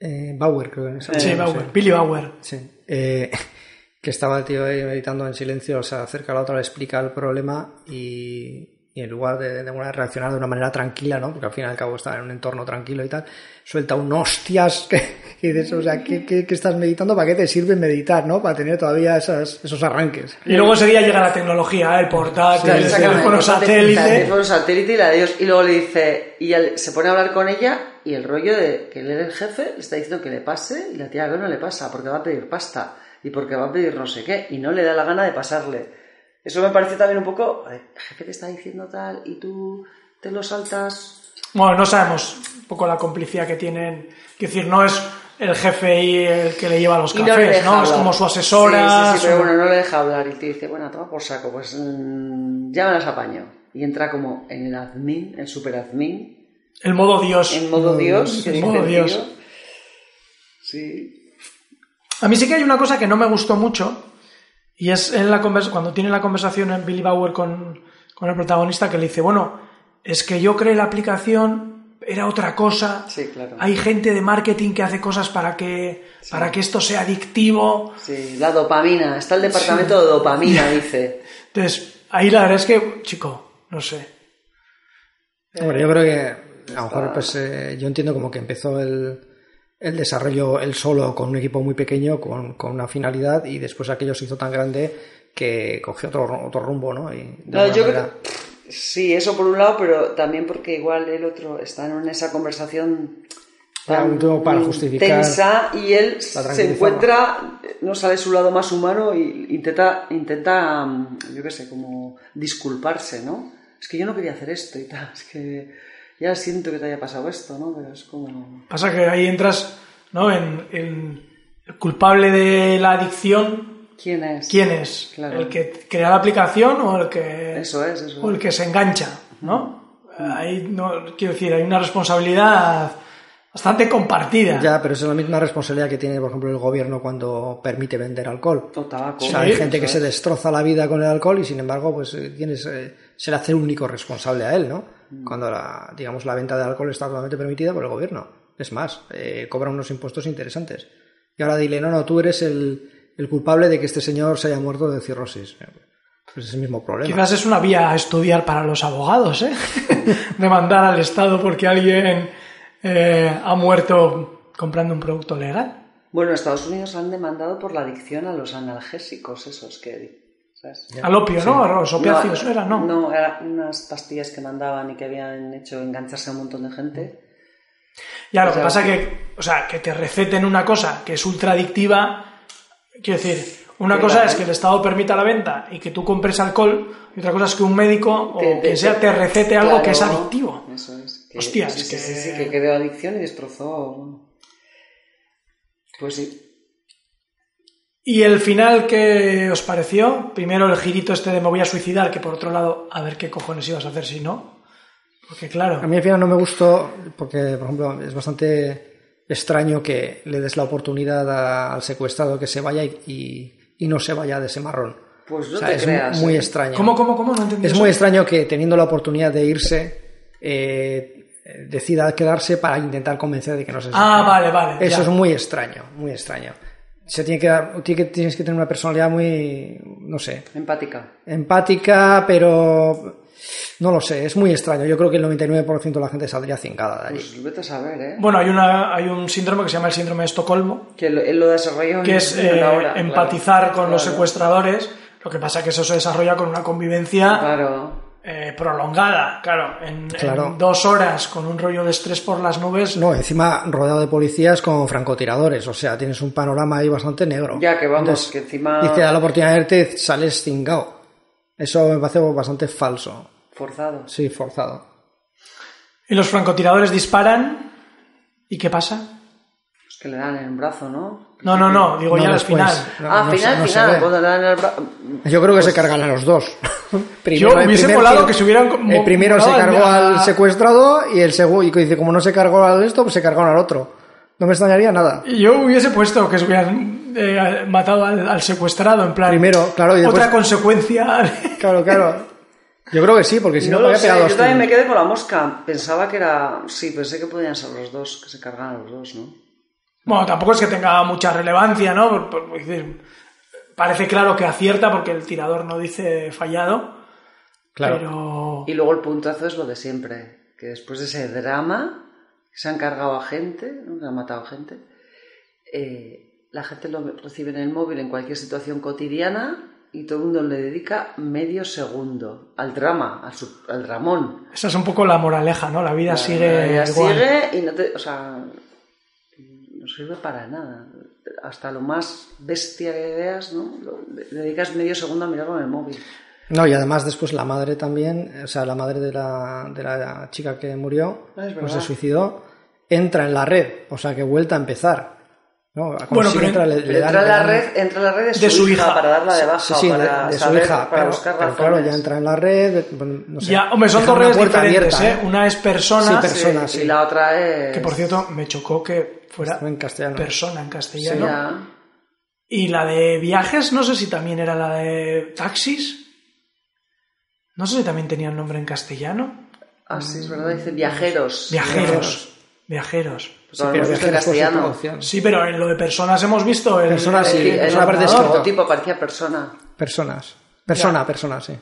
S5: eh, Bauer creo que es.
S1: Sí,
S5: No sé.
S1: Bauer, Billy Bauer.
S5: Sí. Eh, que estaba el tío ahí meditando en silencio, se acerca a la otra, le explica el problema y, y en lugar de, de una- reaccionar de una manera tranquila, ¿no? Porque al fin y al cabo está en un entorno tranquilo y tal, suelta un hostias que, que dices, o sea, ¿qué, qué, qué estás meditando? ¿Para qué te sirve meditar, no? Para tener todavía esas- esos arranques.
S1: Y luego ese día llega la tecnología, ¿eh? el portátil,
S5: Sí,
S1: el
S5: exactamente.
S1: teléfono
S3: El
S1: satélite...
S3: teléfono satélite y la de Dios. Y luego le dice, y él se pone a hablar con ella y el rollo de que él era el jefe le está diciendo que le pase y la tía que no le pasa porque va a pedir pasta y porque va a pedir no sé qué y no le da la gana de pasarle. Eso me parece también un poco, "Joder, el jefe te está diciendo tal y tú te lo saltas.
S1: Bueno, no sabemos un poco la complicidad que tienen. Quiero decir, no es el jefe y el que le lleva los
S3: Y no le
S1: cafés,
S3: deja
S1: ¿no? Es
S3: hablar.
S1: como su asesora.
S3: Sí, sí, sí, pero
S1: su-
S3: bueno, no le deja hablar y te dice, bueno, toma por saco, pues mm, ya me las apaño. Y entra como en el admin, el super admin,
S1: El modo Dios.
S3: En modo Dios. que
S1: en
S3: es
S1: modo
S3: entendido.
S1: Dios.
S3: Sí.
S1: A mí sí que hay una cosa que no me gustó mucho. Y es en la convers- cuando tiene la conversación en Billy Bauer con, con el protagonista que le dice, bueno, es que yo creé la aplicación, era otra cosa.
S3: Sí, claro.
S1: Hay gente de marketing que hace cosas para que, para que esto sea adictivo.
S3: Sí, la dopamina. Está el departamento de dopamina, dice.
S1: Entonces, ahí la verdad es que, chico, no sé.
S5: Hombre, yo creo que Eh, a lo mejor pues, eh, yo entiendo como que empezó el, el desarrollo él solo con un equipo muy pequeño, con, con una finalidad, y después aquello se hizo tan grande que cogió otro, ru- otro rumbo, ¿no? Y de
S3: No,
S5: alguna
S3: yo
S5: manera-
S3: creo que- Sí, eso por un lado, pero también porque igual el otro está en esa conversación
S5: Para
S3: tan
S5: un tubo, para justificar-
S3: intensa y él se
S5: tranquilizaba.
S3: encuentra, no sale su lado más humano y intenta, intenta mm, yo qué sé, como disculparse, ¿no? Es que yo no quería hacer esto y tal, es que ya siento que te haya pasado esto, ¿no? Pero es como...
S1: Pasa que ahí entras, ¿no? En, en el culpable de la adicción,
S3: ¿Quién es?
S1: ¿quién es?
S3: Claro.
S1: ¿El que crea la aplicación o el que,
S3: Eso es, eso
S1: o el
S3: es.
S1: que se engancha, ¿no? Ahí no, quiero decir, hay una responsabilidad bastante compartida.
S5: Ya, pero esa es la misma responsabilidad que tiene, por ejemplo, el gobierno cuando permite vender alcohol.
S3: O tabaco.
S5: O sea, hay
S1: Sí,
S5: gente que
S3: eso
S5: se
S3: es.
S5: destroza la vida con el alcohol y sin embargo, pues eh, tienes, eh, se le hace el único responsable a él, ¿no?
S1: Mm.
S5: Cuando la, digamos, la venta de alcohol está totalmente permitida por el gobierno. Es más, eh, cobra unos impuestos interesantes. Y ahora dile, no, no, tú eres el, el culpable de que este señor se haya muerto de cirrosis. Pues es el mismo problema.
S1: Quizás es una vía a estudiar para los abogados, ¿eh? Demandar al Estado porque alguien eh, ha muerto comprando un producto legal.
S3: Bueno, Estados Unidos han demandado por la adicción a los analgésicos, esos que ¿sabes?
S1: Al opio, ¿no? A los opiáceos era, ¿no?
S3: No, eran unas pastillas que mandaban y que habían hecho engancharse a un montón de gente.
S1: Ya, lo
S3: O
S1: que
S3: sea,
S1: pasa que, o sea, que te receten una cosa que es ultra adictiva. Quiero decir, una
S3: Que
S1: cosa
S3: la-
S1: es que el Estado permita la venta y que tú compres alcohol, y otra cosa es que un médico o
S3: Que-
S1: quien sea te recete algo
S3: claro,
S1: que es adictivo.
S3: Eso es. Que,
S1: Hostias,
S3: sí, sí,
S1: que-
S3: Sí, sí, que creó adicción y destrozó. Pues sí.
S1: ¿Y el final que os pareció? Primero el girito este de me voy a suicidar, que por otro lado, a ver qué cojones ibas a hacer si no. Porque claro,
S5: A mí al final no me gustó porque, por ejemplo, es bastante extraño que le des la oportunidad a- al secuestrado que se vaya y, y- y no se vaya de ese marrón.
S3: Pues no
S5: O sea,
S3: te
S5: es
S3: creas.
S5: muy
S3: ¿eh?
S5: extraño.
S1: ¿cómo, cómo, cómo? No entendí
S5: Es
S1: eso.
S5: muy extraño que teniendo la oportunidad de irse, eh, decida quedarse para intentar convencer de que no se
S1: Ah,
S5: suicide.
S1: vale, vale.
S5: Eso
S1: ya.
S5: es muy extraño, muy extraño. Se tiene que dar, tiene que- tienes que tener una personalidad muy, no sé,
S3: Empática.
S5: empática, pero no lo sé, es muy extraño. Yo creo que el 99% de la gente saldría cingada de allí.
S3: Pues vete a saber, ¿eh?
S1: Bueno, hay, una, hay un síndrome que se llama el síndrome de Estocolmo,
S3: que lo- él lo desarrolló en-
S1: que es
S3: en una
S1: eh,
S3: hora,
S1: empatizar
S3: claro.
S1: con los
S3: Claro,
S1: secuestradores. Lo que pasa es que eso se desarrolla con una convivencia
S3: Claro.
S1: eh, prolongada, claro en,
S5: Claro.
S1: en dos horas con un rollo de estrés por las nubes.
S5: No, encima rodeado de policías con francotiradores, o sea, tienes un panorama ahí bastante negro.
S3: Ya que vamos,
S5: Entonces,
S3: que encima
S5: Y te da la oportunidad de irte, sales cingado. Eso me parece bastante falso.
S3: forzados.
S5: Sí, forzado.
S1: Y los francotiradores disparan. ¿Y qué pasa?
S3: Pues que le dan en el brazo, ¿no?
S1: No, no, no, digo
S5: No,
S1: ya al
S5: después.
S1: final.
S5: No,
S3: ah,
S5: no se-
S3: final,
S5: no se
S3: final.
S5: ve.
S3: Cuando le dan en el brazo.
S5: Yo creo que
S3: Pues
S5: se cargan a los dos.
S1: Yo
S5: el
S1: hubiese
S5: primer
S1: molado que se hubieran como-
S5: El primero se
S1: molado al-
S5: cargó al
S1: a-
S5: secuestrado y el segundo, y que dice, como no se cargó al esto, pues se cargaron al otro. No me extrañaría nada.
S1: Yo hubiese puesto que se hubieran eh, matado al, al secuestrado, en plan.
S5: Primero, claro, y después-
S1: Otra consecuencia.
S5: Claro, claro. Yo creo que sí, porque si no, me
S3: lo
S5: había
S3: sé,
S5: pegado
S3: yo
S5: hostia.
S3: también me quedé con la mosca. Pensaba que era. Sí, pensé que podían ser los dos, que se cargaran los dos, ¿no?
S1: Bueno, tampoco es que tenga mucha relevancia, ¿no? Por- por- por decir, parece claro que acierta porque el tirador no dice fallado,
S5: Claro.
S1: pero...
S3: Y luego el puntazo es lo de siempre, que después de ese drama, que se han cargado a gente, ¿no? que han matado a gente, eh, la gente lo recibe en el móvil en cualquier situación cotidiana y todo el mundo le dedica medio segundo al drama, al, su- al dramón.
S1: Esa es un poco la moraleja, ¿no? La vida sigue
S3: Eh, Ya
S1: igual.
S3: sigue y no te... O sea, no sirve para nada. Hasta lo más bestia que veas, ¿no? Lo- le dedicas medio segundo a mirarlo en el móvil.
S5: No, y además después la madre también, o sea, la madre de la, de la chica que murió,
S3: Ah, es
S5: o
S3: verdad.
S5: se suicidó, entra en la red, o sea, que vuelta a empezar. ¿no? Consigue
S1: Bueno, pero-
S5: entrar, le- le
S3: Pero
S5: dan-
S3: entra en
S5: le
S3: la
S5: dan-
S3: red, entra en la red de su,
S1: de su
S3: hija,
S1: hija.
S3: para darla de baja,
S5: Sí, sí, de-
S3: para
S5: de, su
S3: saber-
S5: hija,
S3: para
S5: pero,
S3: buscar
S5: pero
S3: razones.
S5: claro, ya entra en la red, bueno, no sé,
S1: Ya, hombre, son
S5: dejar
S1: dos
S5: una
S1: redes
S5: puerta
S1: diferentes,
S5: abierta,
S1: ¿eh? Una es persona,
S5: Sí,
S3: Ah, Sí,
S5: persona, sí.
S3: Y la otra es...
S1: que por cierto me chocó que fuera
S5: ¿eh? en castellano.
S1: persona en castellano.
S3: Ya.
S1: Y la de viajes, no sé si también era la de taxis. No sé si también tenía el nombre en castellano.
S3: Ah, sí, es verdad, dice viajeros.
S1: Viajeros. Viajeros.
S3: Pues ahora
S5: Mm. Pero
S3: hemos visto
S5: viajeros por su
S3: castellano.
S5: producción.
S1: Sí, pero en lo de personas hemos visto el,
S5: Personas, sí,
S1: el-
S3: Sí,
S1: el
S3: en
S5: persona
S3: el
S5: parte de
S1: ordenador.
S5: escrito.
S3: tipo parecía persona.
S5: Personas. Persona, persona, sí.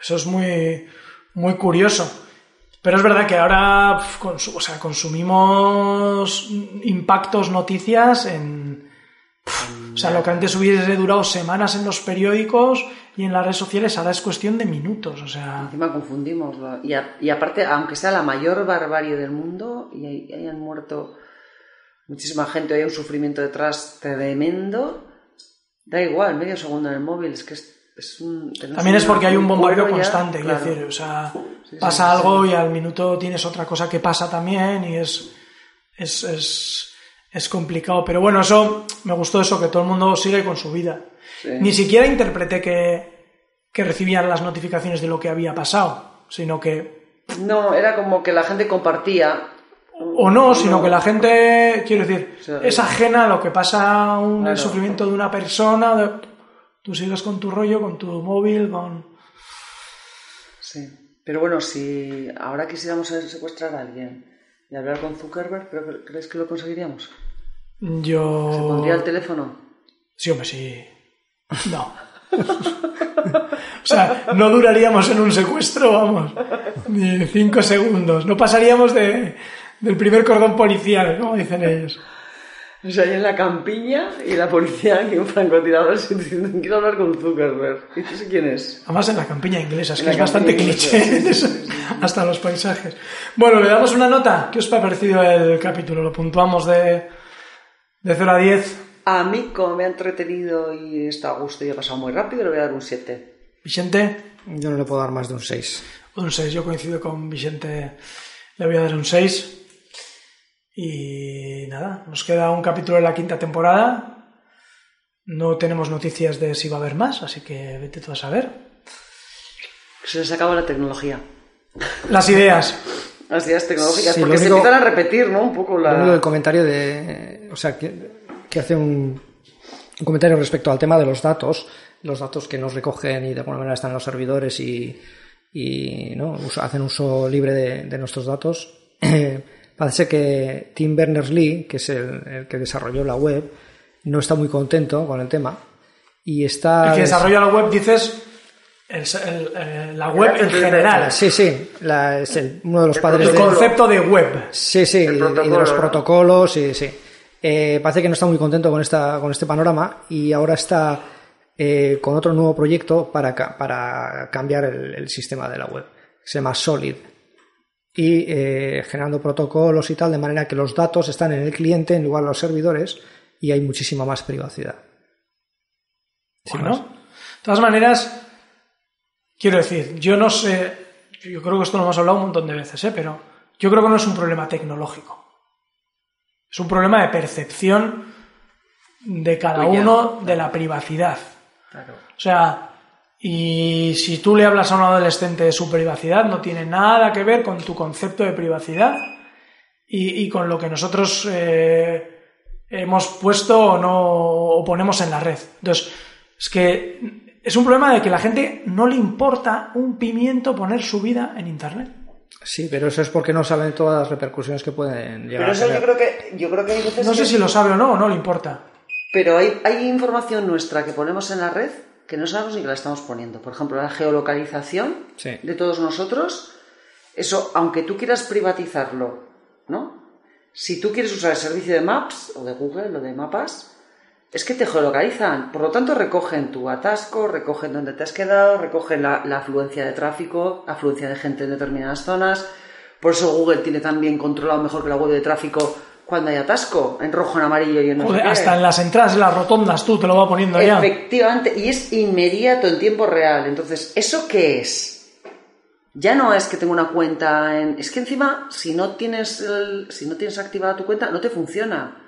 S1: Eso es muy, muy curioso. Pero es verdad que ahora pf, consu- o sea, consumimos impactos, noticias en... pf, o sea, lo que antes hubiese durado semanas en los periódicos y en las redes sociales ahora es cuestión de minutos. O sea,
S3: Encima confundimos. la- Y, a- y aparte, aunque sea la mayor barbarie del mundo y hay- hayan muerto muchísima gente, hay un sufrimiento detrás tremendo, da igual, medio segundo en el móvil, es que es, es un... tenemos
S1: también es porque hay un bombardeo
S3: hueco ya,
S1: constante. quiero
S3: claro.
S1: decir, o sea,
S3: sí,
S1: pasa
S3: sí,
S1: algo y al minuto tienes otra cosa que pasa también y es... es, es es complicado, pero bueno, eso me gustó eso, que todo el mundo sigue con su vida.
S3: Sí.
S1: Ni siquiera interpreté que, que recibían las notificaciones de lo que había pasado, sino que...
S3: No, era como que la gente compartía.
S1: O no, sino que la gente, quiero decir,
S3: O sea,
S1: es ajena a lo que pasa, un, el
S3: Claro.
S1: sufrimiento de una persona, de- tú sigues con tu rollo, con tu móvil, con...
S3: Sí. Pero bueno, si ahora quisiéramos secuestrar a alguien y hablar con Zuckerberg, ¿pero ¿crees que lo conseguiríamos? ¿Se
S1: Yo...
S3: pondría el teléfono?
S1: Sí, hombre, sí. No. O sea, no duraríamos en un secuestro, vamos, ni cinco segundos. No pasaríamos de, del primer cordón policial, como dicen ellos.
S3: O sea, yo en la campiña y la policía aquí un francotirador se diciendo quiero hablar con Zuckerberg. Y no sé quién es.
S1: Además en la campiña inglesa, es
S3: En
S1: que
S3: la
S1: es bastante
S3: campiña
S1: cliché.
S3: inglesa, sí,
S1: Hasta los paisajes. Bueno, le damos una nota. ¿Qué os ha parecido el capítulo? ¿Lo puntuamos de, de 0 a 10?
S3: A mí, como me ha entretenido y está a gusto y he pasado muy rápido, le voy a dar un 7.
S1: Vicente,
S5: Yo no le puedo dar más de un 6.
S1: un 6. Yo coincido con Vicente, le voy a dar un 6. Y nada, nos queda un capítulo de la quinta temporada. No tenemos noticias de si va a haber más, así que vete tú a saber.
S3: Se les acaba la tecnología.
S1: Las ideas.
S3: Las ideas tecnológicas,
S5: Sí,
S3: porque
S5: lo
S3: se
S5: único-
S3: empiezan a repetir, ¿no? Un poco la...
S5: Lo único, el comentario de. O sea, que, que hace un, un comentario respecto al tema de los datos, los datos que nos recogen y de alguna manera están en los servidores y, y, ¿no? Uso- hacen uso libre de, de nuestros datos. Parece que Tim Berners-Lee, que es el, el que desarrolló la web, no está muy contento con el tema y está.
S1: El que desarrolla la web, dices, el- el- el- la web en general.
S5: Sí, sí, la- es el- uno de los padres
S1: El
S5: de.
S1: concepto de web.
S5: Sí, sí,
S3: El
S5: y- y de
S3: protocolo,
S5: los
S3: ¿no?
S5: protocolos, sí, sí. Eh, parece que no está muy contento con, esta, con este panorama y ahora está eh, con otro nuevo proyecto para, ca- para cambiar el, el sistema de la web. Se llama Solid. Y eh, generando protocolos y tal, de manera que los datos están en el cliente en lugar de los servidores y hay muchísima más privacidad. Sin
S1: Bueno,
S5: más.
S1: pues. de todas maneras, quiero decir, yo no sé, yo creo que esto lo hemos hablado un montón de veces, ¿eh? pero yo creo que no es un problema tecnológico. Es un problema de percepción de cada
S3: Tuya.
S1: uno de la privacidad.
S3: Claro.
S1: O sea, y si tú le hablas a un adolescente de su privacidad, no tiene nada que ver con tu concepto de privacidad y, y con lo que nosotros eh, hemos puesto o no o ponemos en la red. Entonces, es que es un problema de que la gente no le importa un pimiento poner su vida en Internet.
S5: Sí, pero eso es porque no saben todas las repercusiones que pueden llegar
S3: Pero
S5: a
S3: eso yo
S5: tener.
S3: creo que, yo creo que hay veces
S1: No sé
S3: que-
S1: si lo sabe o no, o no le importa.
S3: Pero hay, hay información nuestra que ponemos en la red que no sabemos ni que la estamos poniendo. Por ejemplo, la geolocalización
S5: Sí.
S3: de todos nosotros. Eso, aunque tú quieras privatizarlo, ¿no? Si tú quieres usar el servicio de Maps o de Google o de mapas, es que te geolocalizan. Por lo tanto, recogen tu atasco, recogen dónde te has quedado, recogen la, la afluencia de tráfico, afluencia de gente en determinadas zonas. Por eso Google tiene también controlado mejor que la web de tráfico cuando hay atasco, en rojo, en amarillo y en no sé
S1: Joder,
S3: qué.
S1: hasta en las entradas de las rotondas tú te lo vas poniendo ya.
S3: Efectivamente, y es inmediato, en tiempo real. Entonces, ¿eso qué es? Ya no es que tengo una cuenta en... Es que encima, si no tienes, el- si no tienes activada tu cuenta, no te funciona.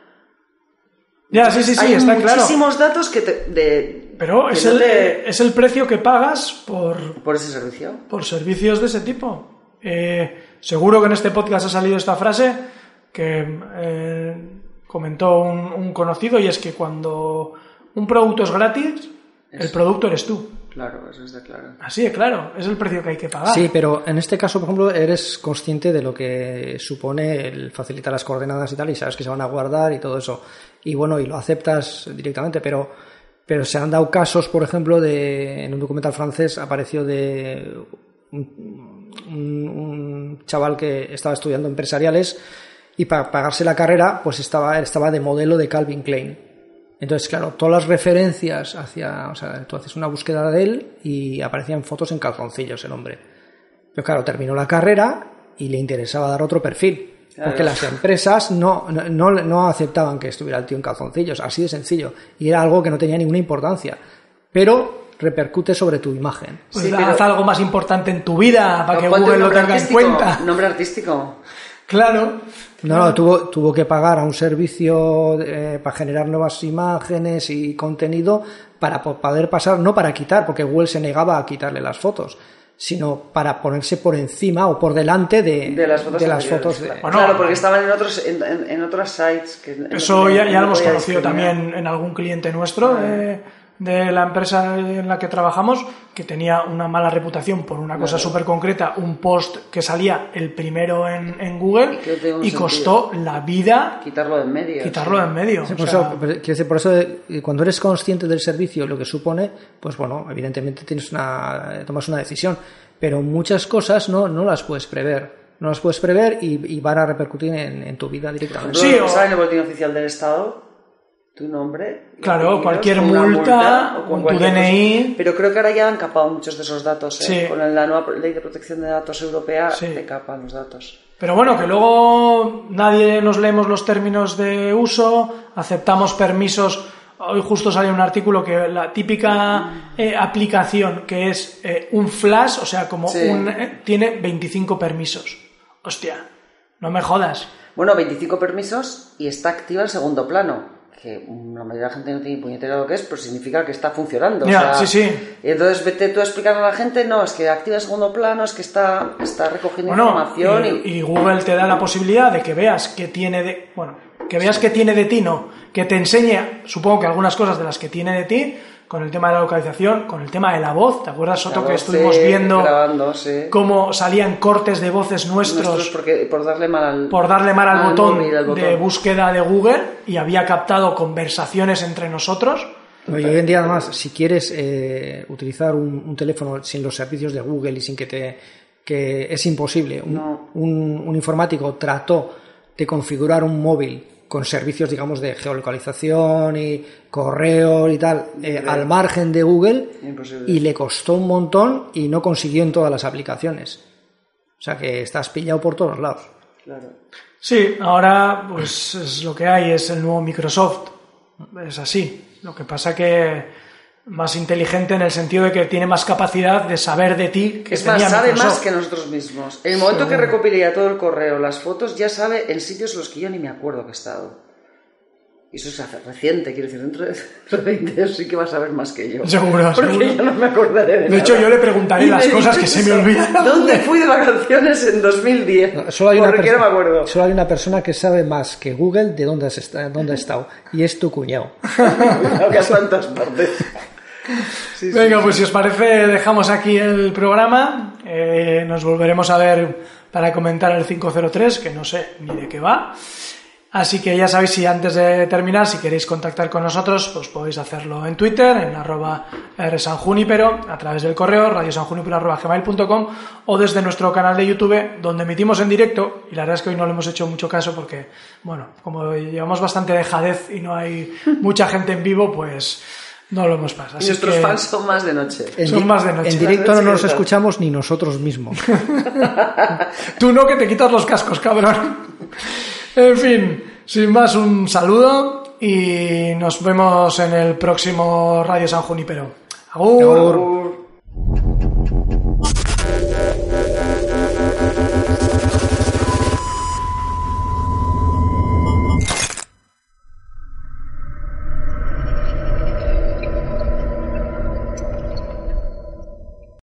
S1: Ya, sí, sí, sí,
S3: Hay
S1: está claro.
S3: muchísimos datos que te... de-
S1: Pero
S3: que
S1: es
S3: no
S1: el,
S3: te-
S1: es el precio que pagas por,
S3: Por ese servicio.
S1: por servicios de ese tipo. Eh, seguro que en este podcast ha salido esta frase que eh, comentó un, un conocido y es que cuando un producto es gratis, el producto eres tú.
S3: Claro, eso está claro.
S1: Así de claro, es el precio que hay que pagar.
S5: Sí, pero en este caso, por ejemplo, eres consciente de lo que supone el facilitar las coordenadas y tal, y sabes que se van a guardar y todo eso. Y bueno, y lo aceptas directamente, pero, pero se han dado casos, por ejemplo, de, en un documental francés apareció de un, un- un chaval que estaba estudiando empresariales y para pagarse la carrera, pues estaba, estaba de modelo de Calvin Klein. Entonces, claro, todas las referencias hacia, o sea, tú haces una búsqueda de él y aparecían fotos en calzoncillos el hombre. Pero claro, terminó la carrera y le interesaba dar otro perfil. Porque las empresas no, no- no, no aceptaban que estuviera el tío en calzoncillos, así de sencillo. Y era algo que no tenía ninguna importancia. Pero repercute sobre tu imagen.
S1: Pues
S3: Sí,
S1: haz
S3: pero-
S1: algo más importante en tu vida para Ah, que
S3: Ponte un
S1: Google lo
S3: nombre
S1: tenga en
S3: artístico,
S1: cuenta.
S3: Nombre artístico.
S1: Claro.
S5: No, no, tuvo, tuvo que pagar a un servicio eh, para generar nuevas imágenes y contenido para po- poder pasar, no para quitar, porque Google se negaba a quitarle las fotos, sino para ponerse por encima o por delante de,
S3: De las fotos.
S5: de las
S3: anteriores,
S5: fotos de-
S3: claro.
S1: Bueno,
S3: Claro, porque estaban en otros, en, en- en otras sites. Que no
S1: Eso ya,
S3: podía-
S1: ya
S3: no
S1: lo hemos
S3: podía
S1: conocido
S3: discriminar.
S1: también en algún cliente nuestro de, de la empresa en la que trabajamos, que tenía una mala reputación por una cosa súper concreta, un post que salía el primero en, en Google
S3: Y que no tiene un
S1: y costó la vida
S3: Quitarlo de en medio.
S1: quitarlo de en medio.
S5: Sí,
S1: O
S5: por,
S1: sea,
S5: eso, pero, quiero decir, por eso, eh, cuando eres consciente del servicio, lo que supone, pues bueno, evidentemente tienes una, tomas una decisión, pero muchas cosas no, no las puedes prever. no los puedes prever y, y van a repercutir en, en tu vida directamente.
S1: Sí, o-
S3: ¿Sabes en el boletín oficial del Estado? Tu nombre.
S1: Claro,
S3: apellidos,
S1: cualquier
S3: una
S1: multa,
S3: o
S1: con tu
S3: cualquier cosa.
S1: DNI.
S3: Pero creo que ahora ya han capado muchos de esos datos. ¿eh?
S1: Sí.
S3: Con la nueva ley de protección de datos europea
S1: Sí.
S3: te capan los datos.
S1: Pero bueno, que luego nadie nos leemos los términos de uso, aceptamos permisos. Hoy justo sale un artículo que la típica eh, aplicación que es eh, un flash, o sea, como
S3: Sí.
S1: un. eh, tiene 25 permisos. Hostia, no me jodas.
S3: Bueno, 25 permisos y está activa el segundo plano. Que la mayoría de la gente no tiene ni puñetera lo que es, pero significa que está funcionando. o
S1: Ya,
S3: sea,
S1: sí, sí.
S3: Y entonces vete tú a explicar a la gente, no, es que activa el segundo plano, es que está, está recogiendo
S1: Bueno,
S3: información y,
S1: y, y Google te da la posibilidad de que veas que tiene de. Bueno, que veas que tiene de ti, no. Que te enseñe, supongo que algunas cosas de las que tiene de ti, con el tema de la localización, con el tema de la voz. ¿Te acuerdas, Soto,
S3: Claro,
S1: que
S3: sí,
S1: estuvimos viendo.
S3: grabando, sí.
S1: cómo salían cortes de voces nuestros,
S3: Nuestros Ah, porque, por darle mal al,
S1: por darle mal al, botón
S3: móvil, al botón.
S1: de búsqueda de Google y había captado conversaciones entre nosotros.
S5: No, y hoy en día, además, si quieres eh, utilizar un, un teléfono sin los servicios de Google y sin que te. que es imposible. Un,
S3: No.
S5: un- un informático trató de configurar un móvil con servicios, digamos, de geolocalización y correo y tal, eh, al margen de Google
S3: Imposible.
S5: y le costó un montón y no consiguió en todas las aplicaciones. O sea que estás pillado por todos lados.
S3: Claro.
S1: Sí, ahora pues es lo que hay, es el nuevo Microsoft. Es así. Lo que pasa que más inteligente en el sentido de que tiene más capacidad de saber de ti que
S3: Es más,
S1: tenía
S3: sabe
S1: Microsoft.
S3: más que nosotros mismos. En el momento que recopile ya todo el correo, las fotos, ya sabe en sitios en los que yo ni me acuerdo que he estado. Y eso es hace- reciente, quiero decir, dentro de dentro de 20 años sí que va a saber más que yo.
S1: Seguro,
S3: Porque
S1: seguro.
S3: yo no me acordaré de
S1: De hecho, yo le preguntaré las cosas que se me olvidan.
S3: olvidan. ¿Dónde fui de vacaciones en 2010?
S5: No, Solo hay, una
S3: Porque no me
S5: persona-
S3: acuerdo.
S5: solo hay una persona que sabe más que Google de dónde has, esta- dónde has estado, y es tu cuñado.
S3: Que a tantas partes. Sí, sí.
S1: Venga, pues si os parece, dejamos aquí el programa. Eh, nos volveremos a ver para comentar el 503, que no sé ni de qué va. Así que ya sabéis, si antes de terminar, si queréis contactar con nosotros, pues podéis hacerlo en Twitter, en arroba rsanjunipero, a través del correo radiosanjunipero.com o desde nuestro canal de YouTube, donde emitimos en directo, y la verdad es que hoy no le hemos hecho mucho caso porque, bueno, como llevamos bastante dejadez y no hay mucha gente en vivo, pues no lo hemos pasado.
S3: Y
S1: Así
S3: Nuestros
S1: que-
S3: fans son más de noche.
S1: Son
S5: di-
S1: más de noche.
S5: en directo no
S3: Las noches
S5: nos
S3: que están.
S5: escuchamos ni nosotros mismos.
S1: Tú no que te quitas los cascos, cabrón. En fin, sin más, un saludo y nos vemos en el próximo Radio San Junipero. Agur.
S5: Agur.